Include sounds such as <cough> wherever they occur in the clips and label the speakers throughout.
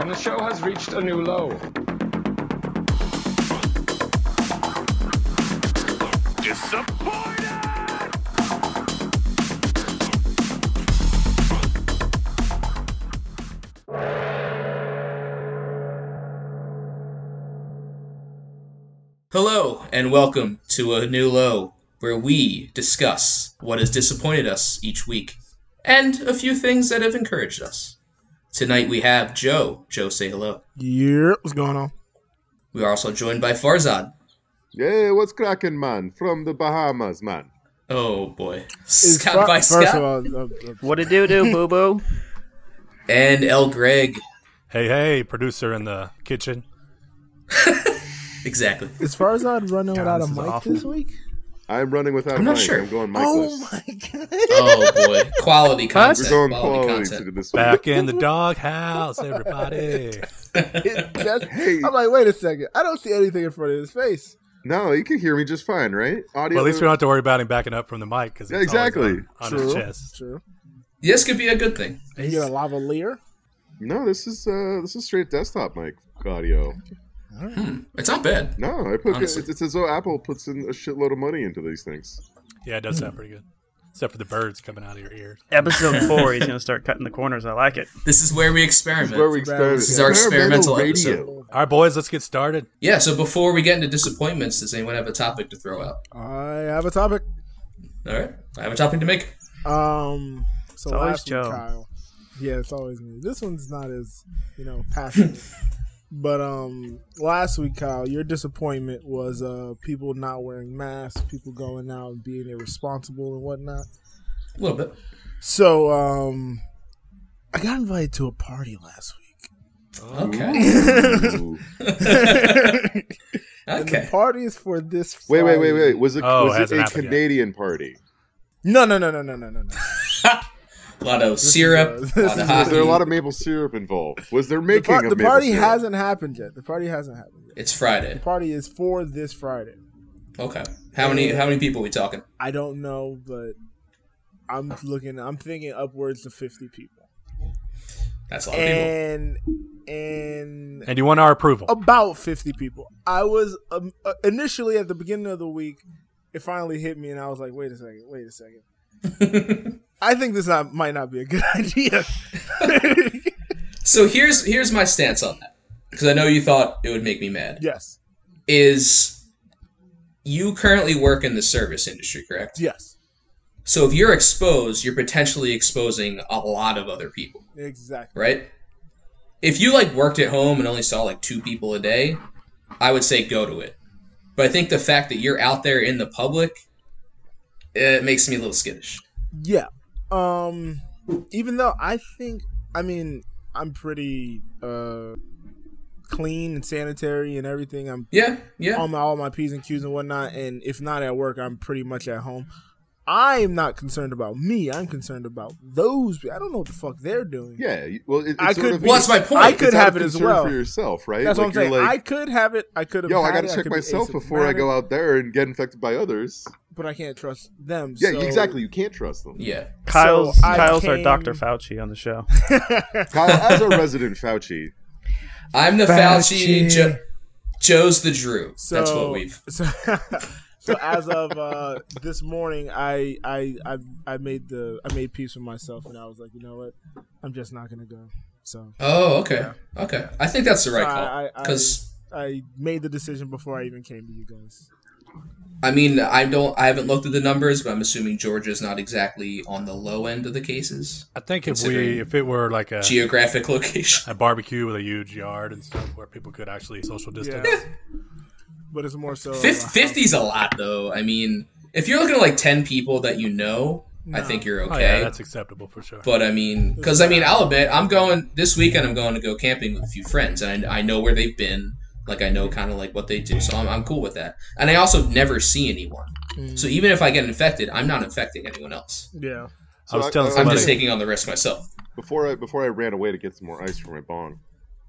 Speaker 1: and the show has reached a new low.
Speaker 2: Disappointed!
Speaker 3: Hello, and welcome to A New Low, where we discuss what has disappointed us each week and a few things that have encouraged us. Tonight we have Joe. Joe, say hello.
Speaker 4: Yeah, what's going on?
Speaker 3: We are also joined by Farzad.
Speaker 5: Yeah, what's cracking, man? From the Bahamas, man.
Speaker 3: Oh boy.
Speaker 4: Is
Speaker 3: Scott
Speaker 4: fir-
Speaker 3: by
Speaker 4: first
Speaker 3: Scott.
Speaker 4: of all, uh, uh,
Speaker 6: What a do do, boo boo.
Speaker 3: and El Greg.
Speaker 7: Hey, hey, producer in the kitchen.
Speaker 3: Exactly.
Speaker 4: is Farzad running
Speaker 7: God,
Speaker 4: without a
Speaker 7: this is
Speaker 4: mic
Speaker 7: awful.
Speaker 4: this week?
Speaker 5: I'm running without
Speaker 3: I'm not
Speaker 5: mic.
Speaker 3: sure.
Speaker 5: I'm going micless.
Speaker 4: Oh my god!
Speaker 3: Oh boy. Quality
Speaker 5: We're
Speaker 4: Oh
Speaker 3: content.
Speaker 5: going
Speaker 3: quality
Speaker 5: quality
Speaker 3: content.
Speaker 5: this week.
Speaker 7: Back in the doghouse, everybody.
Speaker 4: It- <laughs> that's-
Speaker 5: Hey.
Speaker 4: I'm like, wait a second. I don't see anything in front of his face.
Speaker 5: No, you can hear me just fine, right? Audio.
Speaker 7: Well, at least we don't have to worry about him backing up from the mic because
Speaker 5: Yeah, exactly.
Speaker 7: uh, on,
Speaker 4: true.
Speaker 7: his chest.
Speaker 4: True.
Speaker 3: This could be a good thing.
Speaker 4: You get a lavalier.
Speaker 5: no, this is uh, this is straight desktop mic audio.
Speaker 3: Hmm. It's not bad.
Speaker 5: No, I put it's,
Speaker 3: Honestly.
Speaker 5: it's as though Apple puts in a shitload of money into these things.
Speaker 7: Yeah, it does sound pretty good. Except for the birds coming out of your ears.
Speaker 6: Episode four, he's gonna start cutting the corners. I like it.
Speaker 3: This is where we experiment.
Speaker 5: Where we
Speaker 4: bad.
Speaker 5: experiment.
Speaker 4: This
Speaker 3: is our experimental
Speaker 5: radio.
Speaker 3: episode.
Speaker 7: All right, boys, let's get started.
Speaker 3: yeah, so before we get into disappointments, does anyone have a topic to throw out?
Speaker 4: I have a topic.
Speaker 3: Alright. I have a topic to make.
Speaker 4: Um, so
Speaker 6: It's always
Speaker 4: last week,
Speaker 6: Joe.
Speaker 4: Kyle. Yeah, it's always me. This one's not as you know <laughs> passionate. but um, last week, Kyle, your disappointment was uh people not wearing masks, people going out and being irresponsible and whatnot.
Speaker 3: A little bit.
Speaker 4: So um, I got invited to a party last
Speaker 3: <laughs>
Speaker 4: week. <laughs>
Speaker 3: Okay.
Speaker 7: <laughs>
Speaker 5: Ooh.
Speaker 4: And
Speaker 3: Okay.
Speaker 4: the party is for this.
Speaker 5: Wait, wait, wait,
Speaker 4: Friday.
Speaker 5: wait. Was it
Speaker 7: Oh, it
Speaker 5: was it
Speaker 7: hasn't
Speaker 5: a
Speaker 7: happened yet.
Speaker 5: Canadian
Speaker 3: <laughs>
Speaker 5: party?
Speaker 4: No, no, no, no, no, no, no. no.
Speaker 3: A lot of
Speaker 4: is,
Speaker 3: syrup.
Speaker 4: uh,
Speaker 3: a
Speaker 4: this
Speaker 3: lot
Speaker 4: is-
Speaker 3: of
Speaker 4: is
Speaker 5: Was there a
Speaker 3: hockey.
Speaker 5: lot of maple syrup involved? Was there
Speaker 4: The,
Speaker 5: making
Speaker 4: par-
Speaker 5: of
Speaker 4: the
Speaker 5: maple
Speaker 4: party
Speaker 5: syrup?
Speaker 4: hasn't happened yet. The party hasn't happened yet.
Speaker 3: It's
Speaker 4: The
Speaker 3: Friday.
Speaker 4: party is for this Friday.
Speaker 3: Okay. How many how many people are we talking?
Speaker 4: I don't know, but I'm looking. I'm thinking upwards to fifty people,
Speaker 3: That's a lot of people.
Speaker 4: and and
Speaker 7: And you want our approval.
Speaker 4: about 50 people. I was um, uh, initially at the beginning of the week, it finally hit me, and I was like, wait a second, wait a second. I think this not, might not be a good <laughs> idea.
Speaker 3: So here's here's my stance on that. Because I know you thought it would make me mad.
Speaker 4: yes,
Speaker 3: Is you currently work in the service industry, correct?
Speaker 4: yes,
Speaker 3: So if you're exposed, you're potentially exposing a lot of other people,
Speaker 4: exactly.
Speaker 3: right? If you like worked at home and only saw like two people a day, I would say go to it. But I think the fact that you're out there in the public, it makes me a little skittish.
Speaker 4: Yeah. Um, even though I think, I mean, I'm pretty uh clean and sanitary and everything. I'm
Speaker 3: Yeah, yeah.
Speaker 4: on my all my p's and q's and whatnot. And if not at work, I'm pretty much at home. I'm not concerned about me. I'm concerned about those. I don't know what the fuck they're doing.
Speaker 5: Yeah. you- Well, it, it's
Speaker 4: I
Speaker 5: sort
Speaker 4: could
Speaker 5: of
Speaker 4: be-
Speaker 3: well, that's my point.
Speaker 4: I could
Speaker 5: it's out
Speaker 4: have
Speaker 5: of
Speaker 4: it as
Speaker 5: concern
Speaker 4: well.
Speaker 5: for yourself, right?
Speaker 4: That's what I'm
Speaker 5: Like, you're
Speaker 4: saying.
Speaker 5: like,
Speaker 4: I could have it. I could have.
Speaker 5: yo, I
Speaker 4: had
Speaker 5: gotta
Speaker 4: it,
Speaker 5: check
Speaker 4: could be
Speaker 5: myself before I go
Speaker 4: asymptomatic,
Speaker 5: out there and get infected by others.
Speaker 4: But I can't trust them.
Speaker 5: Yeah,
Speaker 4: so-
Speaker 5: exactly. You can't trust them.
Speaker 3: yeah.
Speaker 4: So
Speaker 6: Kyle's
Speaker 4: I
Speaker 6: Kyle's our
Speaker 4: came-
Speaker 6: Dr. Fauci on the show.
Speaker 5: Kyle, as a resident
Speaker 3: <laughs>
Speaker 5: Fauci,
Speaker 3: I'm the Fauci.
Speaker 4: Fauci.
Speaker 3: Jo- Joe's the Drew.
Speaker 4: So
Speaker 3: That's what we've.
Speaker 4: <laughs> So, so as of uh, this morning, I, I I I made the I made peace with myself, and I was like, you know what, I'm just not gonna go. So
Speaker 3: Oh, okay, okay. I think that's the right
Speaker 4: So I-
Speaker 3: call
Speaker 4: I- I-
Speaker 3: because
Speaker 4: I made the decision before I even came to you guys.
Speaker 3: I, mean I don't I haven't looked at the numbers, but I'm assuming Georgia's not exactly on the low end of the cases.
Speaker 7: I think if
Speaker 3: Considering-
Speaker 7: we, if it were like a,
Speaker 3: Geographic <laughs> location.
Speaker 7: a barbecue with a huge yard and stuff where people could actually social distance.
Speaker 4: Yeah. <laughs> But it's more so uh,
Speaker 3: Fif- Fifty's a lot though. I mean, if you're looking at like ten people that you know, I
Speaker 4: No.
Speaker 3: think you're
Speaker 7: Oh,
Speaker 3: okay.
Speaker 7: yeah, that's acceptable for sure.
Speaker 3: But I mean, because I mean, I'll admit, I'm going this weekend. I'm going to go camping with a few friends, and I, I know where they've been. Like I know kind of like what they do, so I'm, I'm cool with that. And I also never see anyone, so even if I get infected, I'm not infecting anyone else.
Speaker 4: Mm. yeah.
Speaker 7: I was
Speaker 5: So I-
Speaker 7: telling
Speaker 5: I-
Speaker 3: I'm
Speaker 7: somebody.
Speaker 3: just taking on the risk myself.
Speaker 5: before I before I ran away to get some more ice for my bong,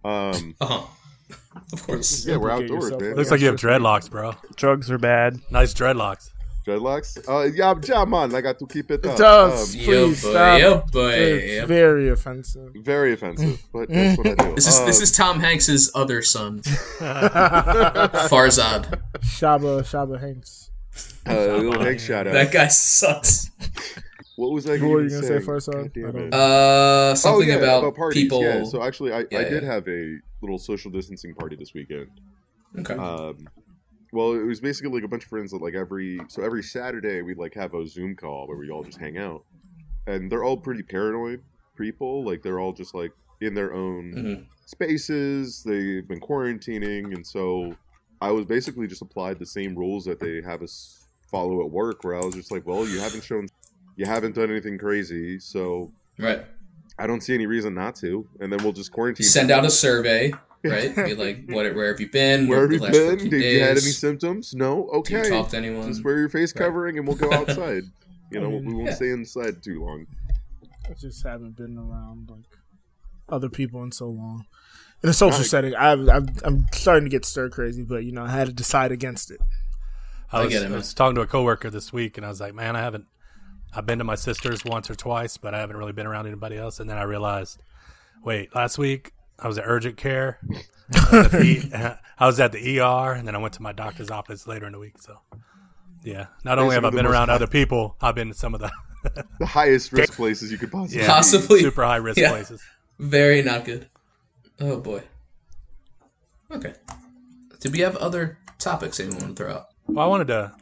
Speaker 5: um,
Speaker 3: Uh huh. <laughs> Of course.
Speaker 5: yeah, we're
Speaker 4: Implicate
Speaker 5: outdoors,
Speaker 4: yourself,
Speaker 5: man.
Speaker 4: right?
Speaker 7: Looks like you have dreadlocks, bro.
Speaker 6: Drugs are bad.
Speaker 7: Nice dreadlocks. <laughs>
Speaker 5: Dreadlocks? Uh, yeah, yeah, man. I got to keep it.
Speaker 4: It
Speaker 5: Up.
Speaker 4: does.
Speaker 5: Um,
Speaker 3: Yo, boy,
Speaker 4: Please stop.
Speaker 3: yo, boy,
Speaker 4: It's
Speaker 3: yo.
Speaker 4: very offensive.
Speaker 5: very offensive, but
Speaker 3: <laughs>
Speaker 5: that's what I do.
Speaker 3: This is this
Speaker 5: Um,
Speaker 3: is
Speaker 4: Oh.
Speaker 3: Tom Hanks's other
Speaker 4: <laughs>
Speaker 3: son, Farzad.
Speaker 4: Shaba Shaba Hanks.
Speaker 3: <laughs>
Speaker 5: uh, little Hank shout out.
Speaker 3: That guy sucks.
Speaker 5: What was I
Speaker 4: What were
Speaker 5: even
Speaker 4: you gonna say
Speaker 5: saying?
Speaker 4: first, Sal?
Speaker 5: God damn
Speaker 4: I don't
Speaker 5: it.
Speaker 3: Uh, something
Speaker 5: oh, yeah,
Speaker 3: about,
Speaker 5: parties.
Speaker 3: people.
Speaker 5: Yeah, so actually, I,
Speaker 3: Yeah,
Speaker 5: I did
Speaker 3: yeah.
Speaker 5: have a little social distancing party this weekend.
Speaker 3: okay.
Speaker 5: Um, well, it was basically like a bunch of friends that like every so every Saturday we'd like have a Zoom call where we all just hang out, and they're all pretty paranoid people. Like they're all just like in their own
Speaker 3: Mhm.
Speaker 5: spaces. They've been quarantining, and so I was basically just applied the same rules that they have us follow at work. Where I was just like, well, you haven't shown, you haven't done anything crazy, so
Speaker 3: Right.
Speaker 5: I don't see any reason not to. And then we'll just quarantine.
Speaker 3: Send out a
Speaker 5: <laughs>
Speaker 3: survey, right? Be like, what, where have you been?
Speaker 5: Where have
Speaker 3: the
Speaker 5: you
Speaker 3: last
Speaker 5: been?
Speaker 3: few
Speaker 5: Did you had any
Speaker 3: days?
Speaker 5: symptoms? No.
Speaker 3: Did you
Speaker 5: Okay.
Speaker 3: talk to anyone?
Speaker 5: Just wear your face
Speaker 3: Right.
Speaker 5: covering and we'll
Speaker 3: <laughs>
Speaker 5: go outside. You
Speaker 4: I
Speaker 5: know,
Speaker 4: mean,
Speaker 5: we won't
Speaker 3: yeah.
Speaker 5: stay inside too long.
Speaker 4: I just haven't been around like other people in so long. In a social setting, I've, I've, I'm starting to get stir crazy, but you know I had to decide against it.
Speaker 3: I
Speaker 7: I was,
Speaker 3: get it,
Speaker 7: I
Speaker 3: man.
Speaker 7: was talking to a coworker this week, and I was like, "Man, I haven't. I've been to my sister's once or twice, but I haven't really been around anybody else." And then I realized, wait, last week I was at urgent care. I was at the, E <laughs> I was at the ER, and then I went to my doctor's office later in the week. So, yeah, not only have
Speaker 5: some
Speaker 7: I
Speaker 5: of the
Speaker 7: been
Speaker 5: most
Speaker 7: around
Speaker 5: high-
Speaker 7: other people, I've been to some of the
Speaker 5: The highest risk places you could possibly.
Speaker 7: yeah, <laughs>
Speaker 3: Possibly.
Speaker 7: super high risk
Speaker 3: Yeah.
Speaker 7: places.
Speaker 3: Very not good. Oh boy. Okay. Did we have other topics anyone want to throw out?
Speaker 7: Well, I wanted to.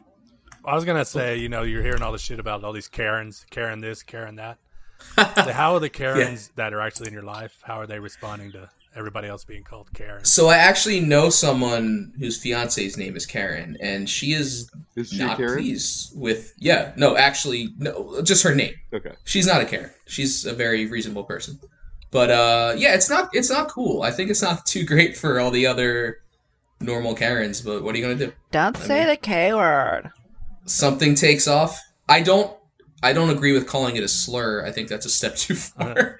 Speaker 7: I was gonna say, you know, you're hearing all this shit about all these Karens, Karen this, Karen
Speaker 3: <laughs>
Speaker 7: that. so how are the Karens that are actually in your life? How are they responding to everybody else being called Karen?
Speaker 3: So I actually know someone whose fiance's name is Karen, and she is
Speaker 5: Is she a
Speaker 3: not
Speaker 5: Karen?
Speaker 3: pleased with. Yeah, no, actually, no, just her name.
Speaker 5: Okay.
Speaker 3: She's not a Karen. She's a very reasonable person. But uh, yeah, it's not it's not cool. I think it's not too great for all the other normal Karens. But what are you gonna do?
Speaker 2: Don't say
Speaker 3: mean-
Speaker 2: the K word.
Speaker 3: Something takes off. I don't I don't agree with calling it a slur. I think that's a step <laughs> too far.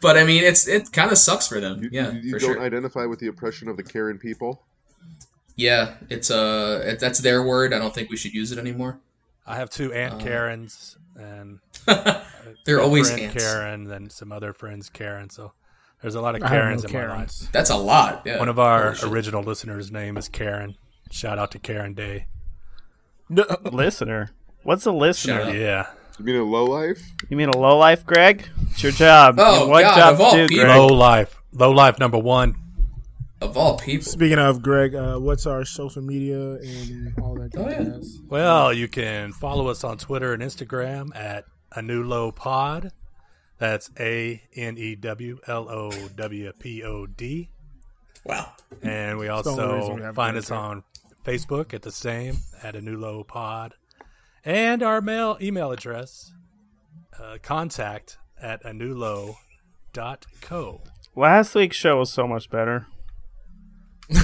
Speaker 3: but I mean, it's it kind of sucks for them.
Speaker 5: Uh-huh. You,
Speaker 3: yeah,
Speaker 5: you, you
Speaker 3: for
Speaker 5: don't
Speaker 3: sure.
Speaker 5: identify with the oppression of the Karen people.
Speaker 3: Yeah, it's uh, it, that's their word. I don't think we should use it anymore.
Speaker 7: I have two Aunt
Speaker 4: Uh,
Speaker 3: Um,
Speaker 7: Karens and
Speaker 3: They're
Speaker 7: a
Speaker 3: always
Speaker 7: friend
Speaker 3: ants.
Speaker 7: Karen, and some other friends Karen. So there's a lot of
Speaker 4: I have no
Speaker 7: Karens in my life.
Speaker 4: Karens.
Speaker 3: That's a lot. Yeah.
Speaker 7: One of our
Speaker 3: Holy Oh, shit.
Speaker 7: original listeners' name is Karen. Shout out to Karen Day.
Speaker 4: No,
Speaker 6: listener. What's a listener?
Speaker 3: Shut up.
Speaker 7: Yeah,
Speaker 5: You mean a low life?
Speaker 6: You mean a low life, Greg? It's your job.
Speaker 3: Oh,
Speaker 6: You- what
Speaker 3: God,
Speaker 6: job
Speaker 3: of all
Speaker 6: to do,
Speaker 3: people.
Speaker 6: Greg?
Speaker 7: low life, low life number one.
Speaker 3: of all people.
Speaker 4: Speaking of Greg, uh, what's our social media and all that good
Speaker 3: Oh, yeah.
Speaker 4: jazz?
Speaker 7: Well, you can follow us on Twitter and Instagram at a new low pod. That's A N E W L O W P O D.
Speaker 3: Wow.
Speaker 7: And we
Speaker 4: the only reason we
Speaker 7: also
Speaker 4: have
Speaker 7: find
Speaker 4: Twitter.
Speaker 7: us on Facebook at the same at a new low pod. And our mail email address uh, contact at a new low dot co.
Speaker 6: Last week's show was so much better.
Speaker 4: <laughs> and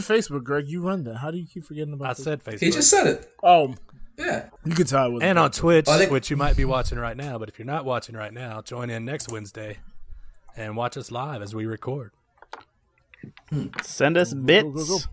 Speaker 4: Facebook, Greg, you run that. How do you keep forgetting about
Speaker 7: I
Speaker 4: this?
Speaker 7: said Facebook.
Speaker 3: He just Oh, said it.
Speaker 4: Oh,
Speaker 3: Yeah.
Speaker 4: you can tell it was
Speaker 7: and on Twitch,
Speaker 3: I think-
Speaker 7: which you might be watching right now, but if you're not watching right now, join in next Wednesday and watch us live as we record.
Speaker 6: Send us
Speaker 4: go,
Speaker 6: bits.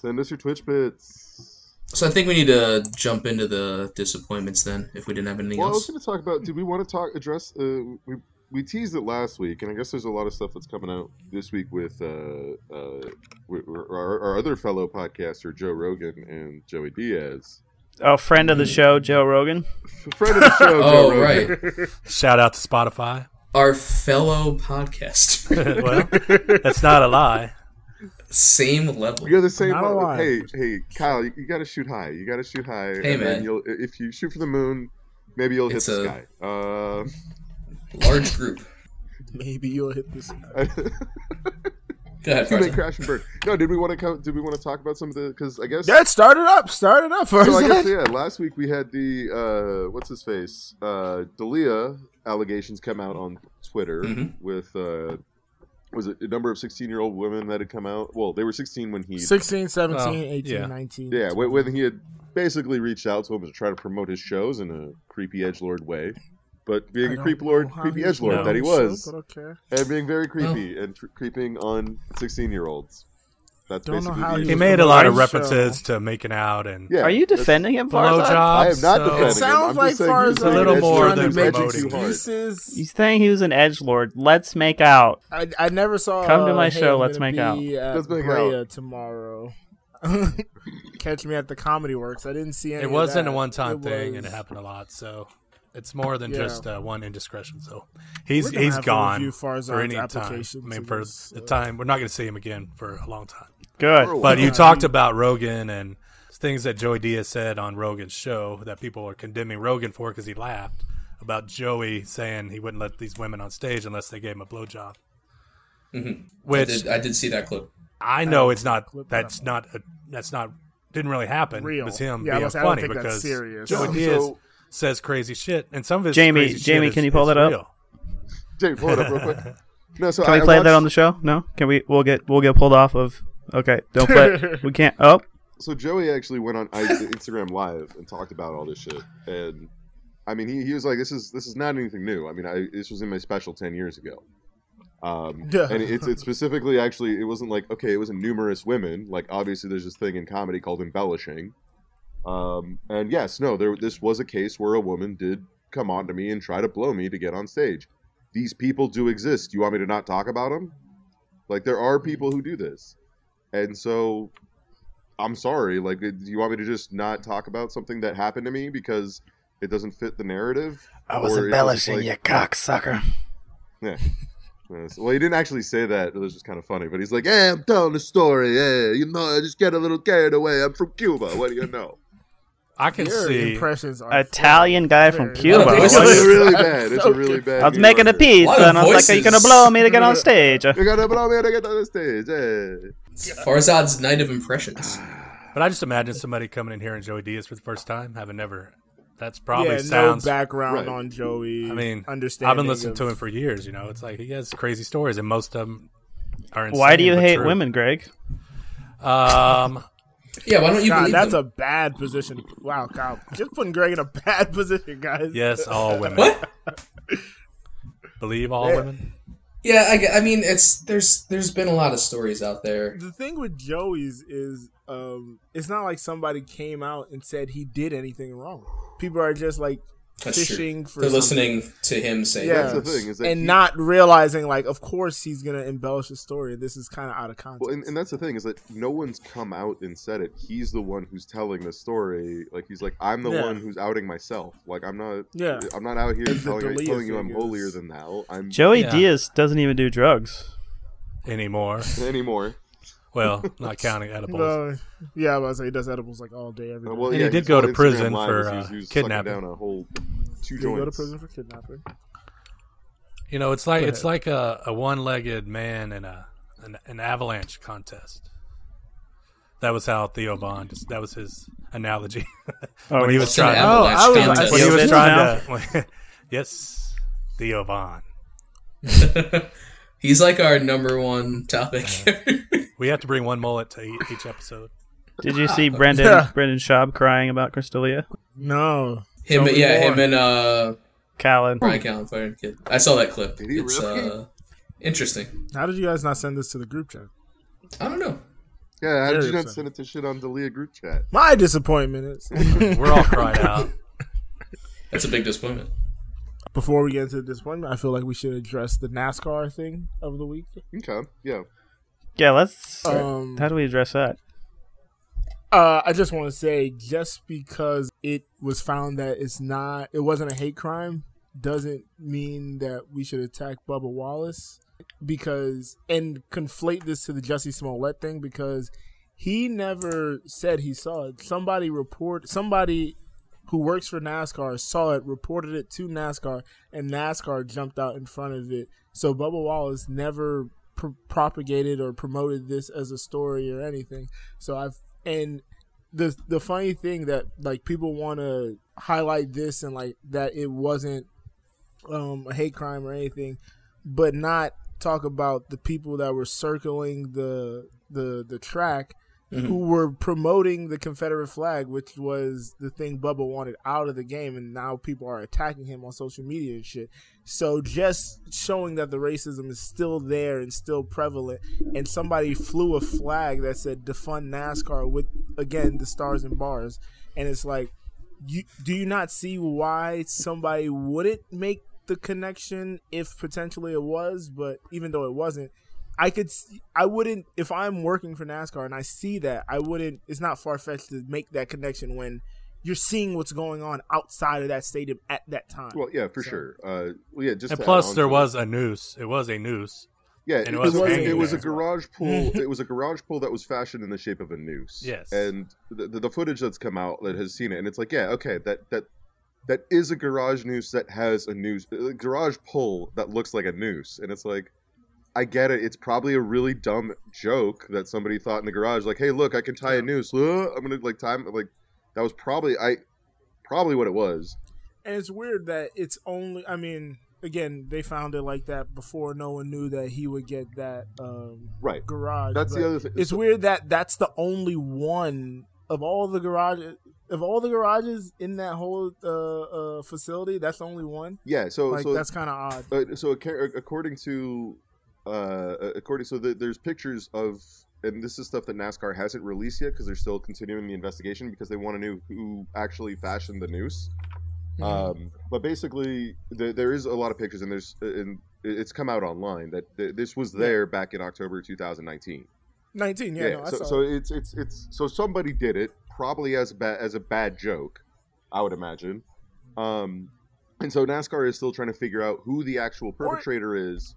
Speaker 5: Send us your Twitch bits.
Speaker 3: So I think we need to jump into the disappointments then, if we didn't have anything
Speaker 5: Well, I was
Speaker 3: else.
Speaker 5: going to talk about. Did we want to talk address? Uh, we we teased it last week, and I guess there's a lot of stuff that's coming out this week with uh, uh, with our, our other fellow podcaster Joe Rogan and Joey Diaz,
Speaker 6: Oh, friend of the show, Joe Rogan.
Speaker 5: friend of the
Speaker 3: <laughs>
Speaker 5: show. Joe
Speaker 3: Oh
Speaker 5: Rogan.
Speaker 3: right,
Speaker 7: Shout out to Spotify. <laughs>
Speaker 3: our fellow podcaster,
Speaker 7: well, that's not a
Speaker 4: <laughs>
Speaker 7: lie.
Speaker 3: <laughs> same level.
Speaker 5: You're the same.
Speaker 4: Not
Speaker 5: level.
Speaker 4: alive.
Speaker 5: Hey, hey, Kyle, you, you got to shoot high. You got to shoot high.
Speaker 3: Hey, man.
Speaker 5: and Then you'll, if you shoot for the moon, maybe you'll
Speaker 3: It's
Speaker 5: hit the
Speaker 3: a-
Speaker 5: sky. Um,
Speaker 3: Large group.
Speaker 4: Maybe you'll hit this.
Speaker 5: <laughs>
Speaker 3: Go ahead,
Speaker 5: you may
Speaker 3: Farzad.
Speaker 5: Um, <laughs> crash and burn. No, did we want to come? Did we want to talk about some of the? Because I guess.
Speaker 4: That started up. Started up first.
Speaker 5: <laughs> so I guess yeah. Last week we had the uh, what's his face, uh, Dalia allegations come out on Twitter
Speaker 6: Mm-hmm.
Speaker 3: Mhm.
Speaker 5: with uh, was it a number of sixteen year old women that had come out? Well, they were sixteen when he
Speaker 4: 16, 17,
Speaker 7: Well,
Speaker 4: 18,
Speaker 7: Oh, yeah.
Speaker 4: 19.
Speaker 5: yeah when, when he had basically reached out to him to try to promote his shows in a creepy edge lord way. But
Speaker 4: I
Speaker 5: being a
Speaker 4: don't
Speaker 5: creep
Speaker 4: know
Speaker 5: lord,
Speaker 4: how
Speaker 5: creepy
Speaker 4: he
Speaker 5: edge lord
Speaker 7: No.
Speaker 5: that he
Speaker 4: knows,
Speaker 5: was,
Speaker 4: but okay.
Speaker 6: Oh.
Speaker 5: and being very creepy and tr- creeping on sixteen-year-olds. That's
Speaker 4: Don't know
Speaker 5: basically
Speaker 4: how
Speaker 5: the
Speaker 4: you-
Speaker 7: He
Speaker 5: issue.
Speaker 7: made a lot of
Speaker 4: Right, so-
Speaker 7: references to making out and
Speaker 5: Yeah,
Speaker 6: Are you
Speaker 5: that's-
Speaker 6: defending him, Farzad?
Speaker 7: blowjobs.
Speaker 5: I am not
Speaker 7: so-
Speaker 5: defending.
Speaker 4: Sounds
Speaker 5: I'm just
Speaker 4: like
Speaker 5: saying
Speaker 4: Farzad
Speaker 5: he's
Speaker 7: a little
Speaker 5: that's
Speaker 7: more
Speaker 5: trying
Speaker 7: than
Speaker 5: to make it
Speaker 7: promoting.
Speaker 5: too hard.
Speaker 6: You
Speaker 4: excuses.
Speaker 6: saying he was an edge lord? Let's make out.
Speaker 4: I, I never saw.
Speaker 6: Come to my
Speaker 4: uh, hey,
Speaker 6: show,
Speaker 4: I'm
Speaker 6: let's
Speaker 4: gonna
Speaker 6: make out.
Speaker 4: be at
Speaker 5: Let's make
Speaker 4: Brea tomorrow. <laughs> Catch me at the Comedy Works. I didn't see any.
Speaker 7: it
Speaker 4: of
Speaker 7: wasn't a
Speaker 4: that.
Speaker 7: one time thing and it
Speaker 4: was- <laughs>
Speaker 7: happened a lot, so it's more than
Speaker 4: Yeah.
Speaker 7: just uh, one indiscretion. So he's
Speaker 4: We're gonna
Speaker 7: he's
Speaker 4: have to
Speaker 7: gone
Speaker 4: review
Speaker 7: for
Speaker 4: Farzad's
Speaker 7: any time.
Speaker 4: application
Speaker 7: I mean,
Speaker 4: to
Speaker 7: for
Speaker 4: this,
Speaker 7: the
Speaker 4: uh,
Speaker 7: time we're not going to see him again for a long time.
Speaker 6: Good.
Speaker 7: But you
Speaker 4: Yeah.
Speaker 7: talked about Rogan and things that Joey Diaz said on Rogan's show that people are condemning Rogan for because he laughed about Joey saying he wouldn't let these women on stage unless they gave him a blowjob.
Speaker 3: Mhm. I,
Speaker 7: Which
Speaker 3: did, I did see that clip.
Speaker 7: I know it's not.
Speaker 4: clip that
Speaker 7: That's not. A, that's not. Didn't really happen.
Speaker 4: Real.
Speaker 7: It was him
Speaker 4: Yeah, I
Speaker 7: being
Speaker 4: was- I don't
Speaker 7: funny
Speaker 4: think that's
Speaker 7: because
Speaker 4: serious.
Speaker 7: Joey
Speaker 5: So-
Speaker 7: Diaz
Speaker 5: so-
Speaker 7: says crazy shit, and some of his
Speaker 6: Jamie-
Speaker 7: crazy shit
Speaker 6: Jamie,
Speaker 7: is-
Speaker 6: can you pull
Speaker 7: is
Speaker 6: that up?
Speaker 7: real.
Speaker 5: Jamie, pull it up real quick. No, so
Speaker 6: Can
Speaker 5: I,
Speaker 6: we play
Speaker 5: I watched,
Speaker 6: that on the show? No. Can we? We'll get we'll get pulled off of. Okay.
Speaker 5: <laughs>
Speaker 6: Don't play. we can't. Oh.
Speaker 5: So Joey actually went on I- Instagram Live and talked about all this shit, and I mean, he, he was like, "This is this is not anything new. I mean, I, this was in my special ten years ago." Um,
Speaker 4: Yeah.
Speaker 5: and it's it's specifically actually it wasn't like okay it was in numerous women like obviously there's this thing in comedy called embellishing, um, and yes no there this was a case where a woman did come on to me and try to blow me to get on stage. These people do exist. You want me to not talk about them? Like there are people who do this, and so I'm sorry. Like, do you want me to just not talk about something that happened to me because it doesn't fit the narrative?
Speaker 6: I
Speaker 5: was Or it was embellishing, like- you
Speaker 6: cocksucker.
Speaker 5: Uh, so- Well, he didn't actually say that. It was just kind of funny. But he's like, "Hey, I'm telling a story. Yeah, you know, I just get a little carried away. I'm from Cuba. What do you
Speaker 6: <laughs>
Speaker 5: know?"
Speaker 7: I can
Speaker 4: Your
Speaker 7: see.
Speaker 4: impressions are
Speaker 6: Italian guy from
Speaker 4: Very
Speaker 6: Cuba.
Speaker 3: nice.
Speaker 5: It's
Speaker 3: What?
Speaker 5: really, really bad. It's a really bad.
Speaker 6: I was
Speaker 5: New
Speaker 6: making a
Speaker 5: Yorker.
Speaker 3: What
Speaker 6: pizza, and I was like, "Are you gonna
Speaker 3: voices.
Speaker 6: blow me to get
Speaker 5: <laughs>
Speaker 6: on stage?"
Speaker 5: You're gonna blow me to get on the stage. Yeah.
Speaker 3: Farzad's night of impressions.
Speaker 7: But I just imagine somebody coming in here and Joey Diaz for the first time, having never. That's probably
Speaker 4: yeah,
Speaker 7: sounds.
Speaker 4: no background
Speaker 5: Right.
Speaker 4: on Joey.
Speaker 7: I mean,
Speaker 4: understanding.
Speaker 7: I've been listening
Speaker 4: of-
Speaker 7: to him for years. You know, it's like he has crazy stories, and most of them are. Insane,
Speaker 6: Why do you
Speaker 7: but
Speaker 6: hate
Speaker 7: true.
Speaker 6: women, Greg?
Speaker 7: Um,
Speaker 3: Yeah, why don't you
Speaker 4: God,
Speaker 3: believe
Speaker 4: that's
Speaker 3: them?
Speaker 4: a bad position. Wow, God, just putting Greg in a <laughs> bad position, guys.
Speaker 7: yes, all women.
Speaker 3: What?
Speaker 7: Believe all
Speaker 4: Yeah.
Speaker 7: women.
Speaker 3: Yeah, I, ge- I mean, it's there's there's been a lot of stories out there.
Speaker 4: The thing with Joey's is, um, it's not like somebody came out and said he did anything wrong. People are just like
Speaker 3: That's true.
Speaker 4: fishing for
Speaker 3: They're
Speaker 4: something.
Speaker 3: listening to him say
Speaker 4: Yeah.
Speaker 5: That's the thing is that
Speaker 4: and
Speaker 5: he-
Speaker 4: not realizing, like, of course he's gonna embellish the story. This is kind of out of context.
Speaker 5: Well, and, and that's the thing is that no one's come out and said it. He's the one who's telling the story. Like he's like, I'm the
Speaker 4: Yeah.
Speaker 5: one who's outing myself. Like I'm not.
Speaker 4: Yeah.
Speaker 5: I'm not out here
Speaker 4: It's the
Speaker 5: telling,
Speaker 4: D'Elia
Speaker 5: telling you I'm
Speaker 4: figures.
Speaker 5: holier than thou. I'm
Speaker 6: Joey
Speaker 7: Yeah.
Speaker 6: Diaz doesn't even do drugs.
Speaker 7: anymore.
Speaker 5: <laughs> anymore.
Speaker 7: Well, not counting edibles.
Speaker 4: No, yeah, I was gonna say he does edibles like all day, every day.
Speaker 5: Uh, well,
Speaker 7: And he
Speaker 5: yeah,
Speaker 7: did
Speaker 5: he's
Speaker 7: go
Speaker 5: on
Speaker 7: to
Speaker 5: Instagram
Speaker 7: prison
Speaker 5: Live
Speaker 7: for,
Speaker 5: as
Speaker 7: uh,
Speaker 5: he's- he's sucking
Speaker 7: kidnapping.
Speaker 5: Down a whole two
Speaker 4: Did he
Speaker 5: joints.
Speaker 4: go to prison for kidnapping.
Speaker 7: You know, it's like
Speaker 4: Go
Speaker 7: it's like a, a one-legged man in a an, an avalanche contest. That was how Theo Bond. That was his <laughs> analogy
Speaker 6: Oh,
Speaker 7: when he
Speaker 6: he's
Speaker 7: was
Speaker 3: It's an
Speaker 7: trying.
Speaker 4: out.
Speaker 3: avalanche
Speaker 4: I was- I
Speaker 3: contest.
Speaker 7: when he
Speaker 6: Theo
Speaker 7: was
Speaker 6: Bond.
Speaker 7: trying to. <laughs> yes, Theo Bond.
Speaker 3: <laughs> He's like our number one topic. <laughs>
Speaker 7: We have to bring one mullet to each, each episode.
Speaker 6: Did
Speaker 7: <laughs>
Speaker 6: you see Brendan
Speaker 4: Yeah.
Speaker 6: Brendan Schaub crying about Cristalia?
Speaker 4: No,
Speaker 3: him,
Speaker 4: Tell me
Speaker 3: yeah,
Speaker 4: more.
Speaker 3: him and uh,
Speaker 6: Callan.
Speaker 3: Brian Callen fired a kid. I saw that clip.
Speaker 5: Did he
Speaker 3: it's
Speaker 5: really?
Speaker 3: uh, interesting.
Speaker 4: how did you guys not send this to the group chat?
Speaker 3: I don't know.
Speaker 5: Yeah, how did
Speaker 4: Very
Speaker 5: you not
Speaker 4: upset.
Speaker 5: send it to shit on Delia group chat?
Speaker 4: My disappointment
Speaker 5: <laughs>
Speaker 4: is.
Speaker 7: We're all cried <laughs> out.
Speaker 3: That's a big disappointment.
Speaker 4: Before we get into the disappointment, I feel like we should address the NASCAR thing of the week.
Speaker 5: Okay, yeah.
Speaker 6: Yeah, let's.
Speaker 5: Uh,
Speaker 4: Um,
Speaker 6: how do we address that?
Speaker 4: Uh, I just want to say, just because it was found that it's not, it wasn't a hate crime, doesn't mean that we should attack Bubba Wallace because and conflate this to the Jesse Smollett thing because he never said he saw it. Somebody report somebody who works for NASCAR saw it, reported it to NASCAR, and NASCAR jumped out in front of it. So Bubba Wallace never pr- propagated or promoted this as a story or anything. So I've and the the funny thing that like people want to highlight this and like that it wasn't um, a hate crime or anything, but not talk about the people that were circling the the the track
Speaker 3: Mhm.
Speaker 4: who were promoting the Confederate flag, which was the thing Bubba wanted out of the game, and now people are attacking him on social media and shit. So just showing that the racism is still there and still prevalent, and somebody flew a flag that said defund NASCAR with again the stars and bars, and it's like, you do you not see why somebody wouldn't make the connection if potentially it was, but even though it wasn't, I could s- I wouldn't if I'm working for NASCAR and I see that I wouldn't. It's not far fetched to make that connection when you're seeing what's going on outside of that stadium at that time.
Speaker 5: Well, yeah, for
Speaker 4: So-
Speaker 5: sure. Uh, well, yeah, just
Speaker 7: and
Speaker 5: to add
Speaker 7: plus,
Speaker 5: on
Speaker 7: there
Speaker 5: to
Speaker 7: was a noose. It was a noose. <laughs>
Speaker 5: Yeah,
Speaker 7: And
Speaker 5: it
Speaker 7: it
Speaker 5: was,
Speaker 4: was
Speaker 5: it,
Speaker 4: hanging
Speaker 5: was a
Speaker 4: there.
Speaker 5: garage pool. it was a garage pool that was fashioned in the shape of a noose.
Speaker 7: Yes.
Speaker 5: and the, the, the footage that's come out that has seen it, and it's like, yeah, okay, that that that is a garage noose that has a noose, a garage pole that looks like a noose, and it's like, I get it. It's probably a really dumb joke that somebody thought in the garage, like, hey, look, I can tie a noose. Uh, I'm gonna like time like that was probably I probably what it was.
Speaker 4: and it's weird that it's only i mean again they found it like that before no one knew that he would get that um
Speaker 5: Right.
Speaker 4: garage
Speaker 5: That's
Speaker 4: but
Speaker 5: the other thing.
Speaker 4: it's weird that that's the only one of all the garages of all the garages in that whole uh, uh facility that's the only one
Speaker 5: yeah. So
Speaker 4: like
Speaker 5: so
Speaker 4: that's kind of odd
Speaker 5: Uh, so acca- according to uh, according so the, there's pictures of and this is stuff that NASCAR hasn't released yet because they're still continuing the investigation because they want to know who actually fashioned the noose.
Speaker 4: Mm-hmm.
Speaker 5: Um, but basically, there, there is a lot of pictures and there's uh, and it's come out online that th- this was there back in October 2019.
Speaker 4: 19 yeah, no, I
Speaker 5: so,
Speaker 4: saw
Speaker 5: so
Speaker 4: it.
Speaker 5: it's it's it's so somebody did it probably as a ba- as a bad joke, I would imagine. Um, and so NASCAR is still trying to figure out who the actual perpetrator is.